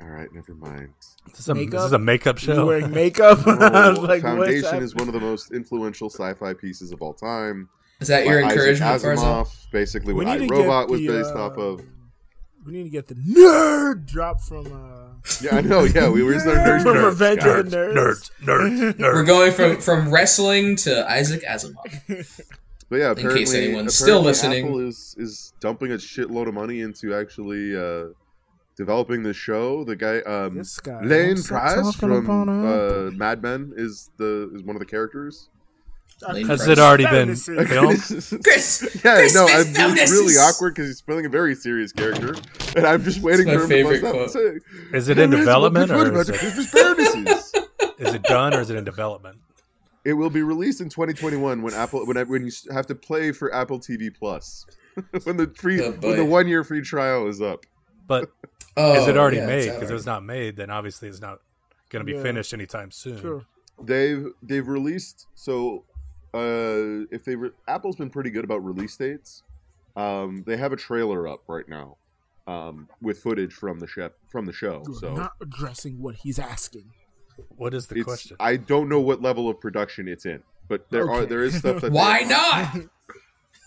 Speaker 5: All right, never mind.
Speaker 7: this, is a, this
Speaker 4: makeup?
Speaker 7: is a makeup
Speaker 4: You
Speaker 7: show.
Speaker 4: wearing makeup? <laughs> I was
Speaker 5: Oh,
Speaker 4: like, what's
Speaker 5: Foundation
Speaker 4: happening?
Speaker 5: is one of the most influential sci-fi pieces of all time.
Speaker 3: Is that your
Speaker 5: By Isaac
Speaker 3: encouragement, Farzan?
Speaker 5: Asimov, basically
Speaker 4: We
Speaker 5: what
Speaker 4: need to get
Speaker 5: iRobot was
Speaker 4: the,
Speaker 5: based
Speaker 4: uh,
Speaker 5: off of.
Speaker 4: We need to get the nerd drop from uh,
Speaker 5: Yeah, I know.
Speaker 4: <laughs>
Speaker 5: Yeah, we were just our nerd.
Speaker 4: from
Speaker 5: nerds,
Speaker 4: Revenge
Speaker 5: guys.
Speaker 4: of the Nerds.
Speaker 7: <laughs> nerds, nerds,
Speaker 4: <laughs>
Speaker 7: nerds.
Speaker 3: We're going from from wrestling to
Speaker 7: <laughs>
Speaker 3: Isaac Asimov.
Speaker 5: But yeah,
Speaker 3: case
Speaker 5: apparently,
Speaker 3: anyone's still
Speaker 5: apparently
Speaker 3: listening.
Speaker 5: Apple is is dumping a shitload of money into actually uh, developing the show. The guy, um,
Speaker 4: This guy.
Speaker 5: Lane
Speaker 4: What's he
Speaker 5: Price
Speaker 4: talking
Speaker 5: from
Speaker 4: about,
Speaker 5: uh, Mad Men is the is one of the characters.
Speaker 3: Lane
Speaker 7: Has
Speaker 3: Price.
Speaker 7: it already been
Speaker 4: Bonuses.
Speaker 7: filmed?
Speaker 3: Chris,
Speaker 5: <laughs> Yeah, no,
Speaker 3: Christmas
Speaker 5: I'm, it's really
Speaker 3: bonuses!
Speaker 5: awkward because he's playing a very serious character, and I'm just waiting
Speaker 3: my
Speaker 5: for him
Speaker 3: favorite
Speaker 5: to bust
Speaker 3: quote.
Speaker 5: up and say,
Speaker 7: Is it in
Speaker 4: <laughs>
Speaker 5: "Hey, man,
Speaker 7: development
Speaker 5: what you
Speaker 7: or is
Speaker 5: want about
Speaker 7: it,
Speaker 5: the Christmas bonuses?"
Speaker 7: is it done or is it in development?
Speaker 5: It will be released in 2021 when Apple when when you have to play for Apple TV Plus <laughs> when the free
Speaker 3: Oh, boy.
Speaker 5: when the one year free trial is up.
Speaker 7: But
Speaker 3: Oh,
Speaker 7: is it already
Speaker 3: yeah,
Speaker 7: made?
Speaker 3: it's out
Speaker 7: Because if
Speaker 3: already.
Speaker 7: it's not made, then obviously it's not going to be
Speaker 4: Yeah.
Speaker 7: finished anytime soon.
Speaker 4: Sure.
Speaker 5: They've they've released so uh if they re- Apple's been pretty good about release dates. Um they have a trailer up right now um with footage from the chef from the show.
Speaker 4: You're
Speaker 5: So
Speaker 4: not addressing what he's asking.
Speaker 7: What is the
Speaker 5: it's
Speaker 7: question?
Speaker 5: I don't know what level of production it's in, but there are
Speaker 4: Okay.
Speaker 5: there is stuff that they-
Speaker 3: <laughs> Why not?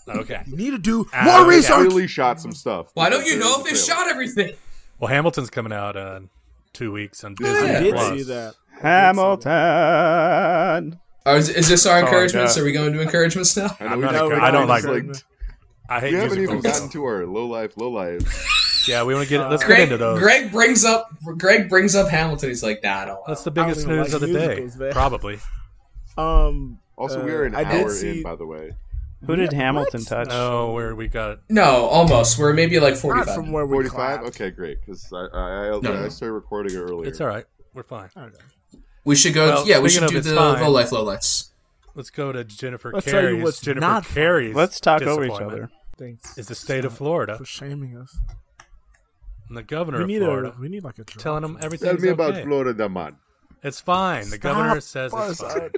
Speaker 7: okay.
Speaker 4: You need to do
Speaker 7: Ah,
Speaker 4: more
Speaker 7: okay.
Speaker 5: They
Speaker 4: research.
Speaker 5: clearly shot some stuff.
Speaker 3: Why don't you
Speaker 5: There
Speaker 3: know if
Speaker 5: is a
Speaker 3: they
Speaker 5: trailer.
Speaker 3: shot everything?
Speaker 7: Well, Hamilton's coming out uh, in two weeks on Disney
Speaker 4: I did
Speaker 7: Plus.
Speaker 4: see that.
Speaker 6: Hamilton.
Speaker 3: Or is, is this our
Speaker 6: Oh,
Speaker 3: encouragements?
Speaker 6: God.
Speaker 3: Are we going to encouragements now?
Speaker 5: I know
Speaker 7: I'm
Speaker 5: we
Speaker 7: not
Speaker 5: just
Speaker 7: a-
Speaker 5: got
Speaker 7: I don't
Speaker 5: on
Speaker 7: like
Speaker 5: this,
Speaker 4: it.
Speaker 7: I hate
Speaker 5: We haven't even
Speaker 7: musicals.
Speaker 5: gotten to our low life, low life.
Speaker 7: yeah, we want to get. Let's get
Speaker 3: Greg,
Speaker 7: into those.
Speaker 3: Greg brings up Greg brings up Hamilton. He's like, Nah, I don't.
Speaker 7: That's
Speaker 3: That's
Speaker 7: the biggest
Speaker 4: even
Speaker 7: news
Speaker 4: like
Speaker 7: of the
Speaker 4: musicals,
Speaker 7: day,
Speaker 3: <laughs>
Speaker 4: man.
Speaker 7: probably.
Speaker 4: Um,
Speaker 5: Also,
Speaker 4: Uh,
Speaker 5: we are an
Speaker 4: I did
Speaker 5: hour
Speaker 4: see-
Speaker 5: in, by the way.
Speaker 6: Who did Hamilton
Speaker 4: what?
Speaker 6: touch?
Speaker 7: No, Oh, where we got.
Speaker 3: no, almost. We're maybe like
Speaker 4: not
Speaker 3: forty-five.
Speaker 4: from where we
Speaker 5: Forty-five.
Speaker 4: clapped.
Speaker 5: Okay, great. Because I, I, I,
Speaker 3: No, no.
Speaker 5: I started recording it earlier.
Speaker 7: It's all right. We're fine.
Speaker 4: I don't know.
Speaker 3: we should go.
Speaker 7: Well,
Speaker 3: yeah, we
Speaker 7: speaking
Speaker 3: should
Speaker 7: of
Speaker 3: do
Speaker 7: it's
Speaker 3: the
Speaker 7: fine.
Speaker 3: low life, low lights.
Speaker 7: Let's go to Jennifer
Speaker 4: Let's tell you
Speaker 7: Carey's.
Speaker 4: what's
Speaker 7: Jennifer
Speaker 4: not fun.
Speaker 7: Carey's.
Speaker 6: Let's talk over each
Speaker 7: disappointment
Speaker 6: other.
Speaker 4: Thanks.
Speaker 7: Is the state of Florida
Speaker 4: for shaming us.
Speaker 7: and the governor
Speaker 4: We
Speaker 7: of
Speaker 4: need
Speaker 7: Florida
Speaker 4: a. We need like a. Drop.
Speaker 7: telling them
Speaker 5: Tell
Speaker 7: everything's
Speaker 5: me about
Speaker 7: okay.
Speaker 5: Florida, man.
Speaker 7: It's fine. The
Speaker 4: Stop,
Speaker 7: governor says it's
Speaker 4: Buzz.
Speaker 7: fine.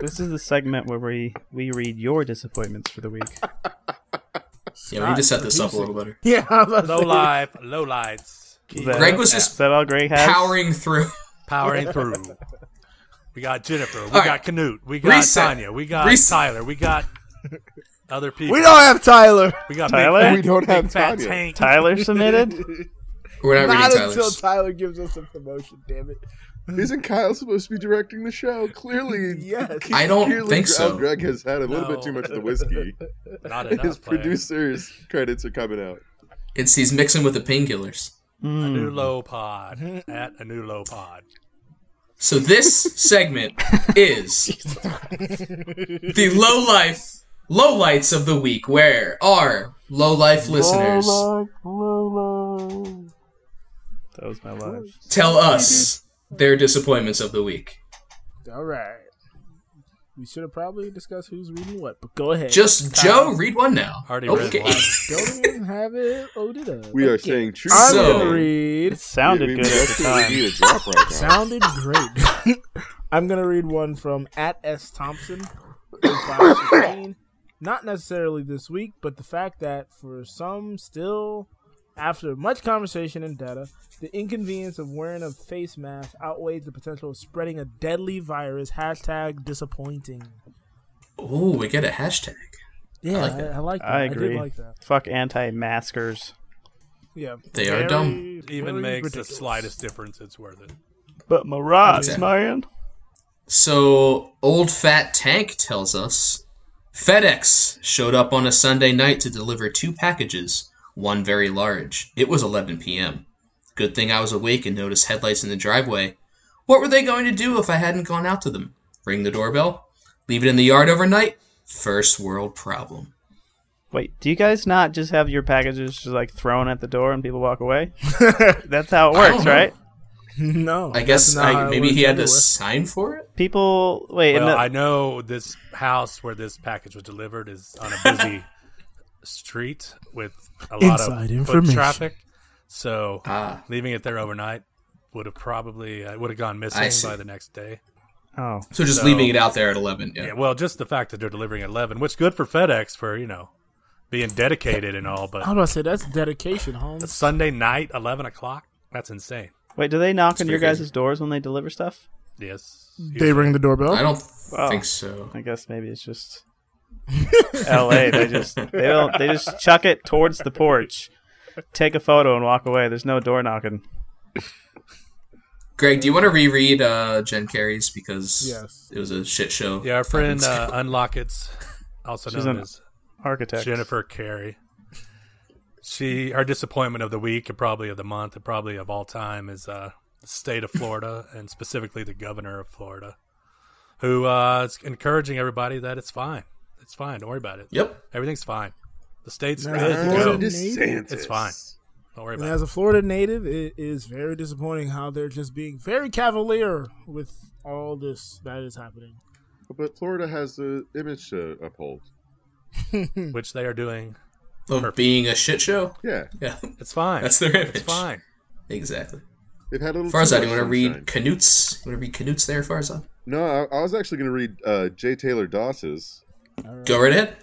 Speaker 6: This is the segment where we we read your disappointments for
Speaker 4: <laughs>
Speaker 6: the week.
Speaker 3: Yeah, we need to set this up a little better.
Speaker 4: Yeah, I was
Speaker 7: Low life, low lights,
Speaker 6: Is that,
Speaker 3: Greg was
Speaker 6: is
Speaker 3: just
Speaker 6: that all Greg has?
Speaker 3: powering through. <laughs>
Speaker 7: powering through. We got Jennifer. We
Speaker 3: right.
Speaker 7: got Canute. We got
Speaker 3: Reset.
Speaker 7: Tanya. We got
Speaker 3: Reset.
Speaker 7: Tyler. We got other people.
Speaker 4: We don't have Tyler.
Speaker 7: We got
Speaker 6: Tyler?
Speaker 7: Big fat,
Speaker 5: We don't
Speaker 7: big
Speaker 5: have
Speaker 7: fat
Speaker 5: Tanya.
Speaker 7: Tank.
Speaker 3: <laughs>
Speaker 6: <laughs> Tyler submitted.
Speaker 3: We're not,
Speaker 4: Not
Speaker 3: reading
Speaker 4: until
Speaker 3: Tyler's.
Speaker 4: Tyler gives us a promotion. Damn it.
Speaker 5: <laughs> Isn't Kyle supposed to be directing the
Speaker 4: <laughs>
Speaker 5: show? Clearly,
Speaker 4: Yes.
Speaker 3: I don't
Speaker 5: clearly
Speaker 3: think
Speaker 5: Al
Speaker 3: so.
Speaker 5: Greg has had a little
Speaker 7: No.
Speaker 5: bit too much of the whiskey.
Speaker 4: <laughs>
Speaker 7: Not
Speaker 5: His
Speaker 7: enough. Player.
Speaker 5: producer's credits are coming out.
Speaker 3: It's he's mixing with the painkillers.
Speaker 7: A new
Speaker 6: Mm.
Speaker 7: low pod at a new low pod.
Speaker 3: So
Speaker 4: <laughs>
Speaker 3: this segment is the low life low lights of the week. Where are low life listeners?
Speaker 6: That was my life.
Speaker 3: Tell us their disappointments of the week.
Speaker 4: All right. We should have probably discussed who's reading what, but go ahead.
Speaker 3: Just Joe, read one now.
Speaker 7: Already read
Speaker 3: okay.
Speaker 7: one.
Speaker 3: <laughs>
Speaker 4: don't even have it loaded up.
Speaker 5: We are
Speaker 4: Like it.
Speaker 5: saying true.
Speaker 4: I'm
Speaker 3: So-
Speaker 4: gonna
Speaker 6: It
Speaker 4: read.
Speaker 6: sounded
Speaker 5: we, we
Speaker 6: good at the
Speaker 5: desperately
Speaker 6: time.
Speaker 5: need a drop right now.
Speaker 4: Sounded great. <laughs> I'm gonna read one from at s thompson. 0516. Not necessarily this week, but the fact that for some still, after much conversation and data, the inconvenience of wearing a face mask outweighs the potential of spreading a deadly virus. Hashtag disappointing.
Speaker 3: Ooh, we get a hashtag.
Speaker 4: Yeah, I
Speaker 3: like
Speaker 4: like
Speaker 3: that.
Speaker 4: that. I, like that.
Speaker 6: I
Speaker 4: did
Speaker 6: agree.
Speaker 4: like that.
Speaker 6: Fuck anti-maskers.
Speaker 4: Yeah,
Speaker 3: They are dumb.
Speaker 7: Even
Speaker 4: very
Speaker 7: makes the
Speaker 4: ridiculous.
Speaker 7: slightest difference, it's worth it.
Speaker 6: But my rights,
Speaker 3: Exactly.
Speaker 6: man.
Speaker 3: So, Old Fat Tank tells us FedEx showed up on a Sunday night to deliver two packages, one very large. It was 11 p.m. Good thing I was awake and noticed headlights in the driveway. What were they going to do if I hadn't gone out to them? Ring the doorbell? Leave it in the yard overnight? First world problem.
Speaker 6: Wait, do you guys not just have your packages just like thrown at the door and people walk away? That's how it works,
Speaker 3: know.
Speaker 6: right?
Speaker 4: <laughs> No,
Speaker 3: I guess
Speaker 4: that's not
Speaker 3: I,
Speaker 4: how it
Speaker 3: maybe
Speaker 4: works
Speaker 3: he had to
Speaker 4: everywhere.
Speaker 3: sign for it?
Speaker 6: People wait. and
Speaker 7: Well,
Speaker 6: the-
Speaker 7: I know this house where this package was delivered is on a
Speaker 4: <laughs>
Speaker 7: busy street with a lot
Speaker 4: Inside
Speaker 7: of foot
Speaker 4: information.
Speaker 7: traffic. So
Speaker 3: Ah,
Speaker 7: leaving it there overnight would have probably uh, would have gone
Speaker 3: I
Speaker 7: missing
Speaker 3: see.
Speaker 7: by the next day.
Speaker 6: oh,
Speaker 3: so just
Speaker 7: So-
Speaker 3: leaving it out there at 11.
Speaker 7: Yeah.
Speaker 3: Yeah.
Speaker 7: Well, just the fact that they're delivering at eleven, which good for FedEx for you know being dedicated and all,
Speaker 4: I was
Speaker 7: but
Speaker 4: about to say that's dedication, Holmes.
Speaker 7: Sunday night eleven o'clock. That's insane.
Speaker 6: wait. Do they knock on your
Speaker 3: pretty
Speaker 6: guys'
Speaker 3: crazy.
Speaker 6: doors when they deliver stuff?
Speaker 7: Yes.
Speaker 4: They ring the doorbell.
Speaker 3: I don't
Speaker 6: Wow.
Speaker 3: think so.
Speaker 6: I guess maybe it's just L.A. They just they don't they just chuck it towards the porch, take a photo and walk away. There's no door knocking.
Speaker 3: Greg, do you want to reread uh, Jen Carey's because
Speaker 4: Yes.
Speaker 3: it was a shit show?
Speaker 7: Yeah, our
Speaker 4: <laughs>
Speaker 7: friend uh, Unlockets, also
Speaker 6: She's
Speaker 7: known
Speaker 6: an
Speaker 7: as
Speaker 6: Architect.
Speaker 7: Jennifer Carey. She her disappointment of the week and probably of the month and probably of all time is uh, the state of
Speaker 3: <laughs>
Speaker 7: Florida and specifically the governor of Florida, who uh, is encouraging everybody that it's fine, it's fine, don't worry about it,
Speaker 3: Yep.
Speaker 7: everything's fine, the state's
Speaker 4: Now,
Speaker 7: good to
Speaker 4: Florida
Speaker 7: go,
Speaker 4: is-
Speaker 5: DeSantis.
Speaker 7: It's fine. don't worry
Speaker 4: And
Speaker 7: about it.
Speaker 4: as a Florida native, it is very disappointing how they're just being very cavalier with all this that is happening.
Speaker 5: But Florida has the image to uphold.
Speaker 7: Which they are doing,
Speaker 3: Of being a shit show.
Speaker 5: Yeah,
Speaker 3: Yeah,
Speaker 7: it's fine,
Speaker 3: <laughs> that's their image.
Speaker 7: it's fine.
Speaker 3: Exactly.
Speaker 5: they've had a little.
Speaker 3: Farzad,
Speaker 5: too
Speaker 3: you
Speaker 5: much
Speaker 3: want to
Speaker 5: sunshine.
Speaker 3: read Canutes? You want to read Canutes there, Farzad?
Speaker 5: No, I, I was actually going to read uh, J. Taylor Doss's
Speaker 3: Go right ahead.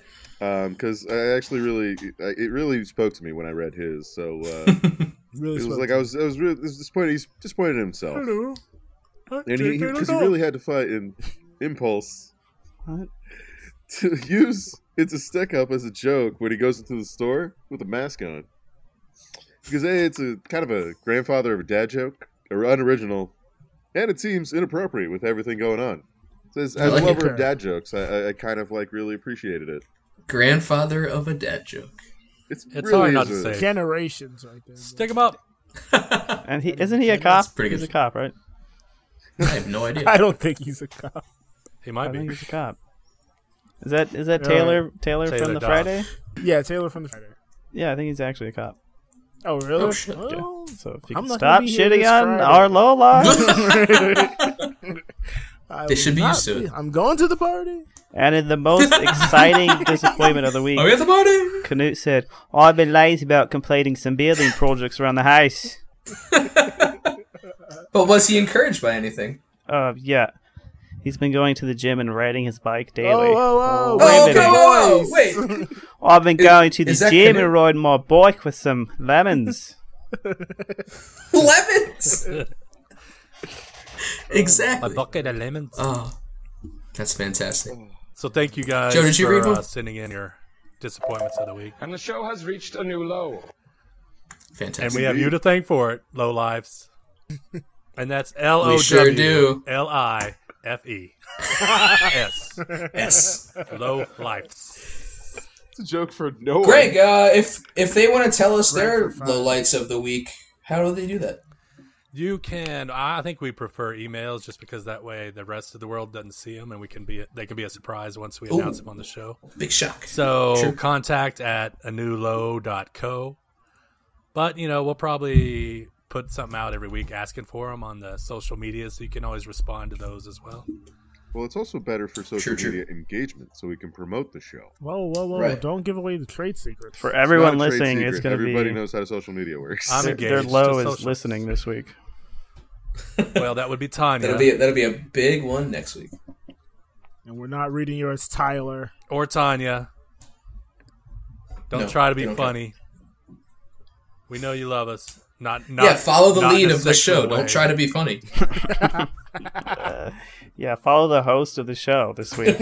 Speaker 5: because I actually really I, it really spoke to me when I read his.
Speaker 3: <laughs>
Speaker 5: So uh,
Speaker 4: Really,
Speaker 5: it was
Speaker 4: spoke
Speaker 5: like
Speaker 4: to
Speaker 5: I was I was really disappointed. He's disappointed in himself,
Speaker 4: Hello. I'm
Speaker 5: and
Speaker 4: J.K.
Speaker 5: he because he,
Speaker 4: Randolph.
Speaker 5: really had to fight an impulse
Speaker 6: What?
Speaker 5: to use it's a stick up as a joke when he goes into the store with a mask on because hey, it's a kind of a grandfather of a dad joke or unoriginal, and it seems inappropriate with everything going on. So as as a
Speaker 3: like it,
Speaker 5: lover of
Speaker 4: Kurt.
Speaker 5: dad jokes, I, I, I kind of like really appreciated it.
Speaker 3: Grandfather of a dad joke.
Speaker 5: It's,
Speaker 7: It's
Speaker 5: really
Speaker 7: hard not
Speaker 5: is
Speaker 7: to
Speaker 5: a-
Speaker 7: say.
Speaker 4: generations right there.
Speaker 7: Stick them up.
Speaker 6: And he isn't he a cop?
Speaker 3: pretty
Speaker 6: he's
Speaker 3: good.
Speaker 6: a cop, right?
Speaker 3: I have no idea.
Speaker 4: <laughs> I don't think he's a cop.
Speaker 7: He
Speaker 6: I
Speaker 7: might
Speaker 6: think
Speaker 7: be.
Speaker 6: he's a cop. Is that is that
Speaker 4: Yeah.
Speaker 6: Taylor Taylor,
Speaker 7: Taylor
Speaker 6: from the
Speaker 7: Doss.
Speaker 6: Friday?
Speaker 4: Yeah, Taylor from the Friday.
Speaker 6: Yeah, I think he's actually a cop.
Speaker 4: Oh really?
Speaker 3: Oh, shit,
Speaker 4: Well,
Speaker 6: So if you
Speaker 4: I'm
Speaker 6: can
Speaker 4: not
Speaker 6: stop
Speaker 4: gonna be here
Speaker 6: shitting
Speaker 4: this
Speaker 6: on
Speaker 4: Friday.
Speaker 6: our low lives.
Speaker 4: I
Speaker 3: They
Speaker 4: will
Speaker 3: should be
Speaker 4: not
Speaker 3: used to it.
Speaker 4: I'm going to the party.
Speaker 6: and in the most exciting disappointment of the week,
Speaker 3: Are we at the bottom?
Speaker 6: Knut said, I've been lazy about completing some building projects around the house.
Speaker 3: But was he encouraged by anything?
Speaker 6: Uh, yeah. He's been going to the gym and riding his bike daily.
Speaker 4: Oh, oh, oh!
Speaker 6: Wait a
Speaker 3: Oh,
Speaker 6: minute.
Speaker 3: come on!
Speaker 4: Boys.
Speaker 3: Wait.
Speaker 6: I've been
Speaker 3: Is-
Speaker 6: going to the
Speaker 3: is that
Speaker 6: gym
Speaker 3: Knut?
Speaker 6: and riding my bike with some lemons.
Speaker 3: Lemons!
Speaker 7: A
Speaker 3: exactly.
Speaker 7: bucket of lemons.
Speaker 3: Oh, that's fantastic.
Speaker 7: So thank you guys
Speaker 3: Joe, did you
Speaker 7: for
Speaker 3: read one?
Speaker 7: uh, sending in your disappointments of the week.
Speaker 1: And the show has reached a new low.
Speaker 3: Fantastic.
Speaker 7: And <laughs> we have you to thank for it, Low Lives. And that's L O
Speaker 3: sure
Speaker 7: W
Speaker 3: do.
Speaker 7: L I F E <laughs> S.
Speaker 3: yes.
Speaker 7: Low Lives.
Speaker 5: It's a joke for no one.
Speaker 3: Greg, uh, if if they want to tell us
Speaker 4: Greg
Speaker 3: their
Speaker 4: for five.
Speaker 3: lowlights of the week, how do they do that?
Speaker 7: You can. I think we prefer emails just because that way the rest of the world doesn't see them, and we can be they can be a surprise once we announce
Speaker 3: Ooh.
Speaker 7: them on the show.
Speaker 3: Big shock.
Speaker 7: So
Speaker 3: Sure.
Speaker 7: contact at anewlow.co. But you know we'll probably put something out every week asking for them on the social media, so you can always respond to those as well.
Speaker 5: Well, it's also better for social
Speaker 3: Sure, sure.
Speaker 5: media engagement, so we can promote the show.
Speaker 4: Whoa, whoa, whoa!
Speaker 3: Right.
Speaker 4: Don't give away the trade secrets.
Speaker 6: For everyone
Speaker 5: It's not a trade
Speaker 6: listening,
Speaker 5: secret.
Speaker 6: it's going to be
Speaker 5: everybody knows how social media works.
Speaker 7: I'm
Speaker 6: their, their
Speaker 7: engaged to
Speaker 6: low is
Speaker 7: socials.
Speaker 6: listening this week.
Speaker 7: Well, that would be Tanya
Speaker 3: That'll be that'll be a big one next week.
Speaker 4: and we're not reading yours, Tyler.
Speaker 7: or Tanya. Don't
Speaker 3: No,
Speaker 7: try to
Speaker 3: they
Speaker 7: be
Speaker 3: don't
Speaker 7: funny. We know you love us. Not, not
Speaker 3: yeah, follow the
Speaker 7: not in
Speaker 3: lead
Speaker 7: a
Speaker 3: of the
Speaker 7: sexual
Speaker 3: show.
Speaker 7: way.
Speaker 3: Don't try to be funny.
Speaker 6: Yeah, follow the host of the show this week.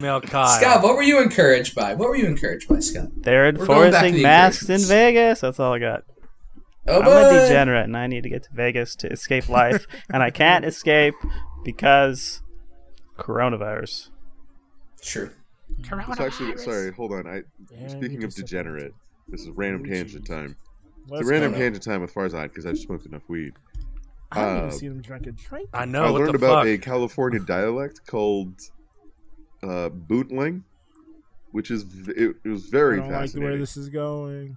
Speaker 7: Email Kyle.
Speaker 3: Scott, what were you encouraged by? What were you encouraged by, Scott?
Speaker 6: They're
Speaker 3: We're going back to
Speaker 6: enforcing
Speaker 3: the
Speaker 6: masks in
Speaker 3: ingredients.
Speaker 6: Vegas. That's all I got.
Speaker 3: Oh,
Speaker 6: I'm a
Speaker 3: boy.
Speaker 6: degenerate, and I need to get to Vegas to escape life, and I can't escape because coronavirus.
Speaker 3: Sure.
Speaker 5: It's actually, sorry, hold on. I speaking of degenerate, this is random tangent time.
Speaker 4: Let's
Speaker 5: It's a random
Speaker 4: go.
Speaker 5: tangent time as far as I, because I've smoked enough weed.
Speaker 4: I haven't even
Speaker 5: uh,
Speaker 4: seen him drink a drink.
Speaker 7: I know.
Speaker 5: I
Speaker 7: what
Speaker 5: learned
Speaker 7: the
Speaker 5: about
Speaker 7: fuck?
Speaker 5: a California dialect called uh, bootling, which is v- it, it was
Speaker 4: I
Speaker 5: very
Speaker 4: don't like
Speaker 5: fascinating.
Speaker 4: where this is going.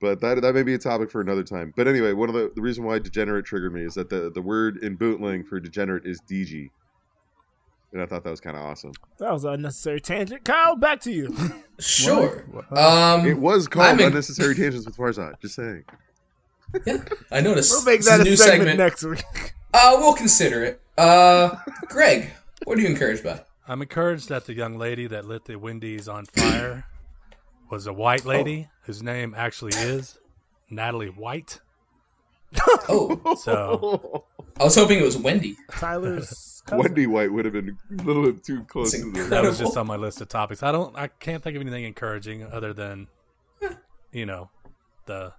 Speaker 5: But that that may be a topic for another time. But anyway, one of the, the reason why degenerate triggered me is that the the word in bootling for degenerate is DG, and I thought that was kind of awesome.
Speaker 4: That was an unnecessary tangent. Kyle, back to
Speaker 5: <laughs>
Speaker 4: you.
Speaker 3: Sure.
Speaker 6: What?
Speaker 3: Um,
Speaker 5: It was called
Speaker 3: I'm in-
Speaker 5: unnecessary tangents with Farzad. Just saying.
Speaker 3: I noticed.
Speaker 4: We'll make
Speaker 3: It's
Speaker 4: that
Speaker 3: a
Speaker 4: a,
Speaker 3: new
Speaker 4: segment,
Speaker 3: segment.
Speaker 4: next week.
Speaker 3: Uh, we'll consider it. Uh, Greg, what are you encouraged by?
Speaker 7: I'm encouraged that the young lady that lit the Wendy's on fire was a white
Speaker 3: Oh.
Speaker 7: lady whose name actually is Natalie White.
Speaker 5: <laughs>
Speaker 3: Oh,
Speaker 7: So
Speaker 3: I was hoping it was Wendy.
Speaker 5: <laughs>
Speaker 4: Tyler's cousin.
Speaker 5: Wendy White would have been a little bit too close
Speaker 3: It's
Speaker 5: to the.
Speaker 7: that was just on my list of topics. I don't. I can't think of anything encouraging other than, you know, the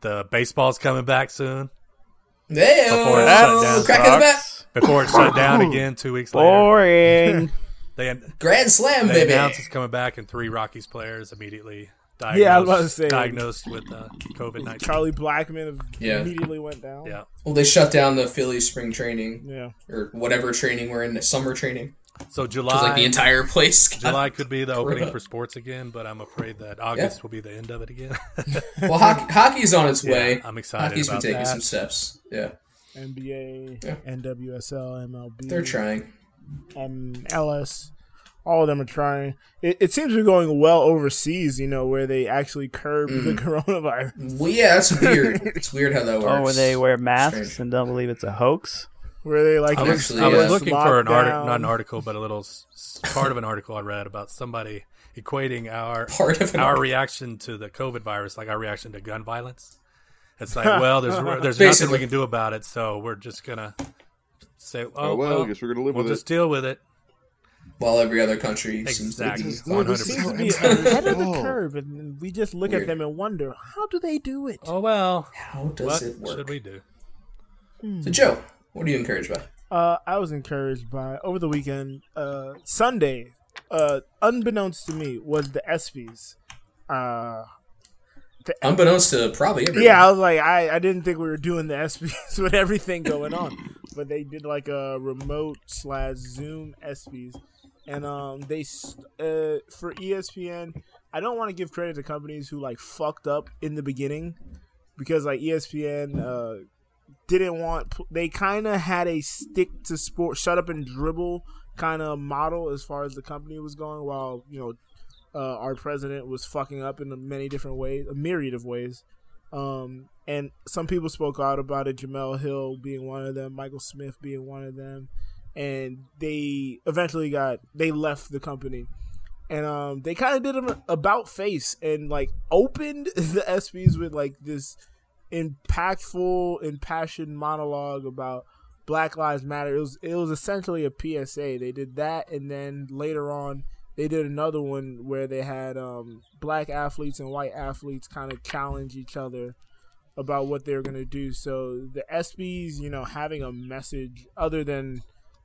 Speaker 7: the baseball's coming back soon.
Speaker 3: Hey,
Speaker 7: Before it
Speaker 3: oh,
Speaker 7: shut
Speaker 3: crack of the bat.
Speaker 6: Sucks.
Speaker 7: Before it shut down again two weeks later,
Speaker 6: Boring.
Speaker 7: they
Speaker 3: Grand Slam,
Speaker 7: They
Speaker 3: baby.
Speaker 7: announced it's coming back, and three Rockies players immediately diagnosed,
Speaker 4: Yeah, I was about to say.
Speaker 7: diagnosed with uh, COVID nineteen.
Speaker 4: Charlie Blackman
Speaker 3: Yeah.
Speaker 4: immediately went down.
Speaker 7: Yeah,
Speaker 3: Well, they shut down the Philly spring training
Speaker 4: Yeah.
Speaker 3: or whatever training we're in, summer training.
Speaker 7: so
Speaker 3: 'Cause,
Speaker 7: July,
Speaker 3: like the entire place.
Speaker 7: <laughs>
Speaker 3: got-
Speaker 7: July could be the opening
Speaker 3: up. <laughs>
Speaker 7: for sports again, but I'm afraid that August will be the end of it again.
Speaker 3: Well, hockey, hockey's on its
Speaker 7: Yeah,
Speaker 3: way.
Speaker 7: <laughs> I'm excited
Speaker 3: Hockey's
Speaker 7: about
Speaker 3: been taking
Speaker 7: that.
Speaker 3: some steps. Yeah,
Speaker 4: NBA,
Speaker 3: Yeah.
Speaker 4: NWSL, MLB,
Speaker 7: Mm.
Speaker 3: they're trying.
Speaker 4: MLS. All of them are trying. It, it seems to be going well overseas, you know, where they actually curb the
Speaker 3: Mm-hmm.
Speaker 4: <laughs> coronavirus.
Speaker 3: Well, yeah, that's
Speaker 7: <laughs>
Speaker 3: weird. it's weird how that works.
Speaker 6: oh, where they wear masks
Speaker 3: Strange.
Speaker 6: and don't believe it's a hoax.
Speaker 4: Where they like
Speaker 7: I was,
Speaker 3: Actually,
Speaker 7: I was
Speaker 3: yeah.
Speaker 7: looking for an article,
Speaker 4: article,
Speaker 7: not an article, but a little s- s- part of an article I read about somebody equating our
Speaker 3: part <laughs> of an
Speaker 7: our reaction to the COVID virus, like our reaction to gun violence. It's like, well, there's there's nothing
Speaker 3: Basically.
Speaker 7: we can do about it, so we're just gonna say, oh,
Speaker 5: Oh, well,
Speaker 7: <laughs> well,
Speaker 5: I guess we're gonna live
Speaker 7: we'll
Speaker 5: with
Speaker 7: just deal with it.
Speaker 3: while every other country seems to
Speaker 7: Exactly.
Speaker 3: be.
Speaker 5: it.
Speaker 7: Dude, it
Speaker 4: seems to
Speaker 7: 100%.
Speaker 4: be
Speaker 5: <laughs>
Speaker 4: ahead of
Speaker 5: Oh.
Speaker 4: the curve, and we just look at
Speaker 3: Weird.
Speaker 4: them and wonder how do they do it.
Speaker 7: Oh well,
Speaker 3: How does
Speaker 7: what
Speaker 3: it work?
Speaker 7: should we do?
Speaker 3: So, Joe, what are you encouraged by?
Speaker 4: Uh, I was encouraged by over the weekend. Uh, Sunday, uh, unbeknownst to me, was the ESPYS. Uh,
Speaker 3: Unbeknownst to probably everyone.
Speaker 4: yeah, I was like, I, I didn't think we were doing the ESPYS <laughs> with everything going on, but they did like a remote slash Zoom ESPYS, and um, they st- uh, for ESPN. I don't want to give credit to companies who like fucked up in the beginning, because like E ESPN uh, didn't want they kind of had a stick to sport, shut up and dribble kind of model as far as the company was going, while you know. Uh, our president was fucking up in many different ways, a myriad of ways. Um, and some people spoke out about it, Jamel Hill being one of them, Michael Smith being one of them. And they eventually got, they left the company. And um, they kind of did an about face and like opened <laughs> the SBs with like this impactful, impassioned monologue about Black Lives Matter. It was, it was essentially a PSA. They did that. And then later on, they did another one where they had um, black athletes and white athletes kind of challenge each other about what they were going to do. So the SBs, you know, having a message other than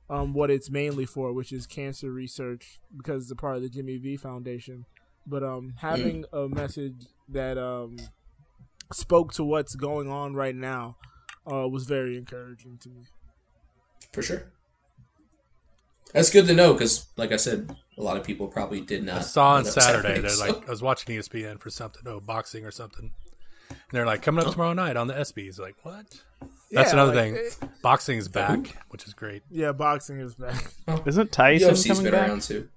Speaker 4: um, what it's mainly for, which is cancer research, because it's a part of the Jimmy V Foundation. But um, having a message that um, spoke to what's going on right now uh, was very encouraging to me.
Speaker 3: for sure. That's good to know because, like I said, a lot of people probably did not.
Speaker 7: I saw on
Speaker 3: know that was
Speaker 7: Saturday.
Speaker 3: happening, <laughs>
Speaker 7: They're
Speaker 3: so-
Speaker 7: like, I was watching E ESPN for something, oh, boxing or something. And they're like,
Speaker 3: Oh.
Speaker 7: coming up tomorrow night on the ESPYS. Like, what? That's
Speaker 4: Yeah,
Speaker 7: another
Speaker 4: like,
Speaker 7: thing.
Speaker 4: eh,
Speaker 7: Boxing is back, which is great.
Speaker 4: yeah, boxing is back.
Speaker 3: <laughs>
Speaker 6: Isn't Tyson
Speaker 3: UFC's
Speaker 6: coming
Speaker 3: been
Speaker 6: back?
Speaker 3: around too.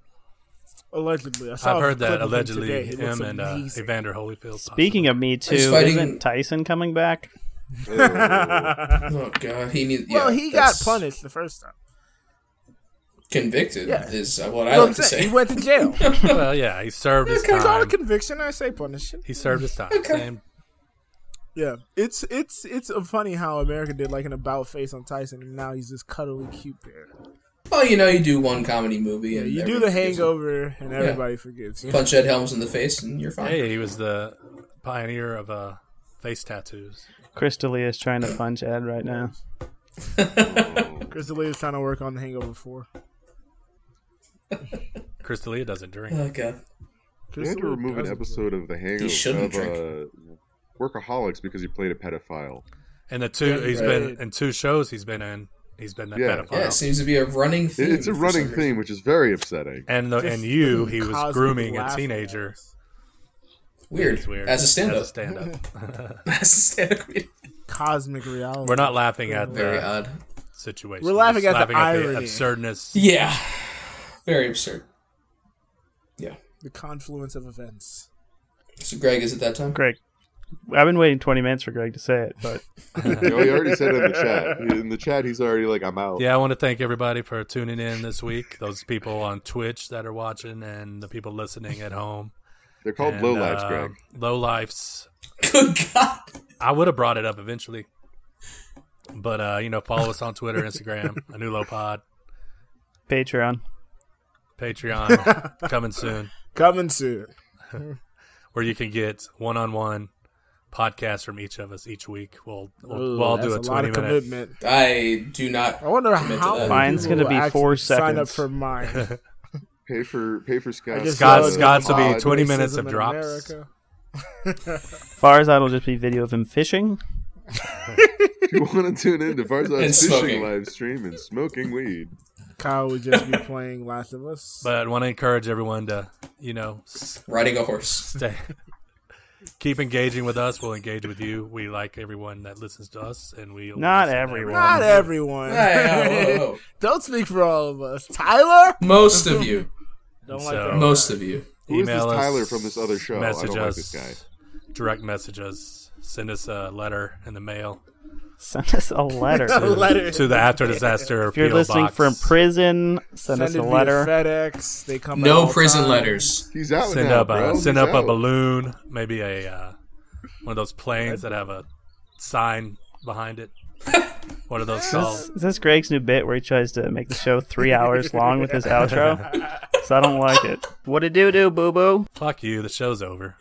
Speaker 4: Allegedly, I saw
Speaker 7: I've
Speaker 4: a
Speaker 7: heard
Speaker 4: clip
Speaker 7: that
Speaker 4: of him
Speaker 7: allegedly
Speaker 4: Oh, today. He looks
Speaker 7: him and uh,
Speaker 4: amazing.
Speaker 7: Evander Holyfield.
Speaker 6: Speaking of Me Too,
Speaker 3: fighting-
Speaker 6: isn't Tyson coming back?
Speaker 4: <laughs>
Speaker 5: Oh,
Speaker 3: Oh god, he needs.
Speaker 4: well,
Speaker 3: yeah,
Speaker 4: he got
Speaker 3: that's-
Speaker 4: punished the first time.
Speaker 3: Convicted
Speaker 4: Yeah.
Speaker 3: is what I
Speaker 4: You know what
Speaker 3: like
Speaker 4: I'm
Speaker 3: to
Speaker 4: saying?
Speaker 3: say.
Speaker 4: He went to
Speaker 7: <laughs>
Speaker 4: jail.
Speaker 7: possibly. well, yeah, he served
Speaker 4: <laughs>
Speaker 7: his
Speaker 4: It's called a
Speaker 7: time.
Speaker 4: conviction. I say punishing.
Speaker 7: He served his time. Same.
Speaker 4: Yeah, it's it's it's uh, funny how America did like an about face on Tyson, and now he's this cuddly cute bear.
Speaker 3: Well, you know, you do one comedy movie,
Speaker 4: Yeah,
Speaker 3: and
Speaker 4: you do
Speaker 3: everyone
Speaker 4: the
Speaker 3: forgives you.
Speaker 4: Hangover, and everybody forgives you.
Speaker 3: Punch Ed Helms in the face, and you're fine.
Speaker 7: Hey, he was the pioneer of uh, face tattoos.
Speaker 6: Chris D'Elia is trying to punch Ed right now.
Speaker 4: Chris D'Elia is trying to work on the Hangover Four.
Speaker 7: Chris D'Elia doesn't drink.
Speaker 3: Oh god.
Speaker 5: They
Speaker 4: Chris
Speaker 5: had to
Speaker 4: D'Elia
Speaker 5: remove an
Speaker 4: doesn't-
Speaker 5: episode of The Hangover
Speaker 3: shouldn't
Speaker 5: of uh, Workaholics because he played a pedophile.
Speaker 7: And the two, he's been
Speaker 4: right.
Speaker 7: in two shows. He's been in. He's been that
Speaker 5: Yeah.
Speaker 7: pedophile.
Speaker 3: Yeah, it seems to be a running
Speaker 5: It-
Speaker 3: theme.
Speaker 5: It's a
Speaker 3: for
Speaker 5: running
Speaker 3: some reason.
Speaker 5: theme, which is very
Speaker 7: <laughs>
Speaker 5: upsetting.
Speaker 7: And the,
Speaker 4: Just
Speaker 7: and you, he
Speaker 4: Cosby
Speaker 7: was grooming a
Speaker 4: laughing
Speaker 7: teenager.
Speaker 4: at us.
Speaker 3: Weird.
Speaker 7: It's weird.
Speaker 3: As a stand up.
Speaker 7: As a
Speaker 4: <laughs>
Speaker 7: stand-up.
Speaker 3: <laughs> As a stand up comedian.
Speaker 4: Cosmic reality.
Speaker 7: We're not laughing at
Speaker 3: Very
Speaker 7: the
Speaker 3: odd.
Speaker 7: situation.
Speaker 4: We're laughing
Speaker 7: Just
Speaker 4: at the irony.
Speaker 7: absurdness.
Speaker 3: Yeah. Very absurd. Yeah.
Speaker 4: the confluence of events.
Speaker 3: So Greg is at that time?
Speaker 6: Greg, I've been waiting 20 minutes for Greg to say it,
Speaker 3: <laughs>
Speaker 6: but
Speaker 5: You know, he already said it in the chat. In the chat, he's already like, "I'm out."
Speaker 7: Yeah, I want to thank everybody for tuning in this week. Those people on Twitch that are watching and the people listening at home.
Speaker 5: They're called
Speaker 7: And,
Speaker 5: low lives,
Speaker 7: uh,
Speaker 5: Greg.
Speaker 7: Low lifes.
Speaker 3: Good God.
Speaker 7: I would have brought it up eventually. But uh, you know, follow us on Twitter, Instagram, <laughs> a new low pod,
Speaker 6: Patreon.
Speaker 7: Patreon
Speaker 4: <laughs>
Speaker 7: coming soon,
Speaker 4: Coming soon.
Speaker 7: where you can get one on one podcasts from each of us each week. We'll we'll,
Speaker 4: Ooh,
Speaker 7: we'll all do
Speaker 4: that's
Speaker 7: a
Speaker 4: lot
Speaker 7: twenty
Speaker 4: of
Speaker 7: minute
Speaker 4: commitment.
Speaker 3: I do not.
Speaker 4: I wonder
Speaker 3: Commit to
Speaker 4: how
Speaker 3: that.
Speaker 6: Mine's
Speaker 4: going to
Speaker 6: gonna be four
Speaker 4: Sign up
Speaker 6: seconds.
Speaker 7: <laughs>
Speaker 4: for mine.
Speaker 5: Pay for pay for Scott.
Speaker 4: guess
Speaker 7: Scott-
Speaker 4: so.
Speaker 7: Scott's will be
Speaker 5: Odd.
Speaker 7: 20
Speaker 4: Racism
Speaker 7: minutes of
Speaker 4: in
Speaker 7: drops.
Speaker 4: America.
Speaker 6: Far as that'll just be video of him fishing. <laughs>
Speaker 5: If you want to tune in
Speaker 7: <laughs>
Speaker 5: to
Speaker 3: And
Speaker 5: Farzad's
Speaker 3: smoking.
Speaker 5: fishing live stream and smoking weed,
Speaker 4: Kyle would just be playing Last of Us.
Speaker 7: But I want to encourage everyone to, you know, s-
Speaker 3: Riding a horse.
Speaker 7: stay, <laughs> keep engaging with us. We'll engage with you. We like everyone that listens to us, and we
Speaker 6: Not
Speaker 7: listen to
Speaker 6: everyone.
Speaker 4: Not everyone.
Speaker 3: Hey, oh,
Speaker 4: <laughs>
Speaker 3: whoa, whoa.
Speaker 4: Don't speak for all of us.
Speaker 7: <laughs>
Speaker 4: Tyler?
Speaker 3: Most of you.
Speaker 4: Don't
Speaker 7: So-
Speaker 4: like that.
Speaker 3: Most of you.
Speaker 5: Who is this
Speaker 7: Email us,
Speaker 5: Tyler from this other show? I don't
Speaker 7: Message
Speaker 5: like
Speaker 7: us,
Speaker 5: this
Speaker 7: Direct message us. Send us a letter in the mail
Speaker 6: Send us
Speaker 3: <laughs>
Speaker 6: a letter.
Speaker 4: A letter.
Speaker 7: to the After Disaster.
Speaker 6: If you're
Speaker 7: PO
Speaker 6: listening
Speaker 7: box.
Speaker 6: from prison, send,
Speaker 4: Send
Speaker 6: us
Speaker 4: it
Speaker 6: a
Speaker 4: via
Speaker 6: letter.
Speaker 4: FedEx. They come. at
Speaker 3: No
Speaker 4: all
Speaker 3: prison
Speaker 4: times.
Speaker 3: letters.
Speaker 5: He's out
Speaker 7: send
Speaker 5: now,
Speaker 7: up
Speaker 5: bro.
Speaker 7: a send
Speaker 5: He's
Speaker 7: up a
Speaker 5: out.
Speaker 7: balloon, maybe a uh, one of those planes that have a sign behind it. What are those called?
Speaker 6: Is this Greg's new bit where he tries to make the show three hours long with his outro? So I don't like it. What a do do, boo boo.
Speaker 7: Fuck you. The show's over.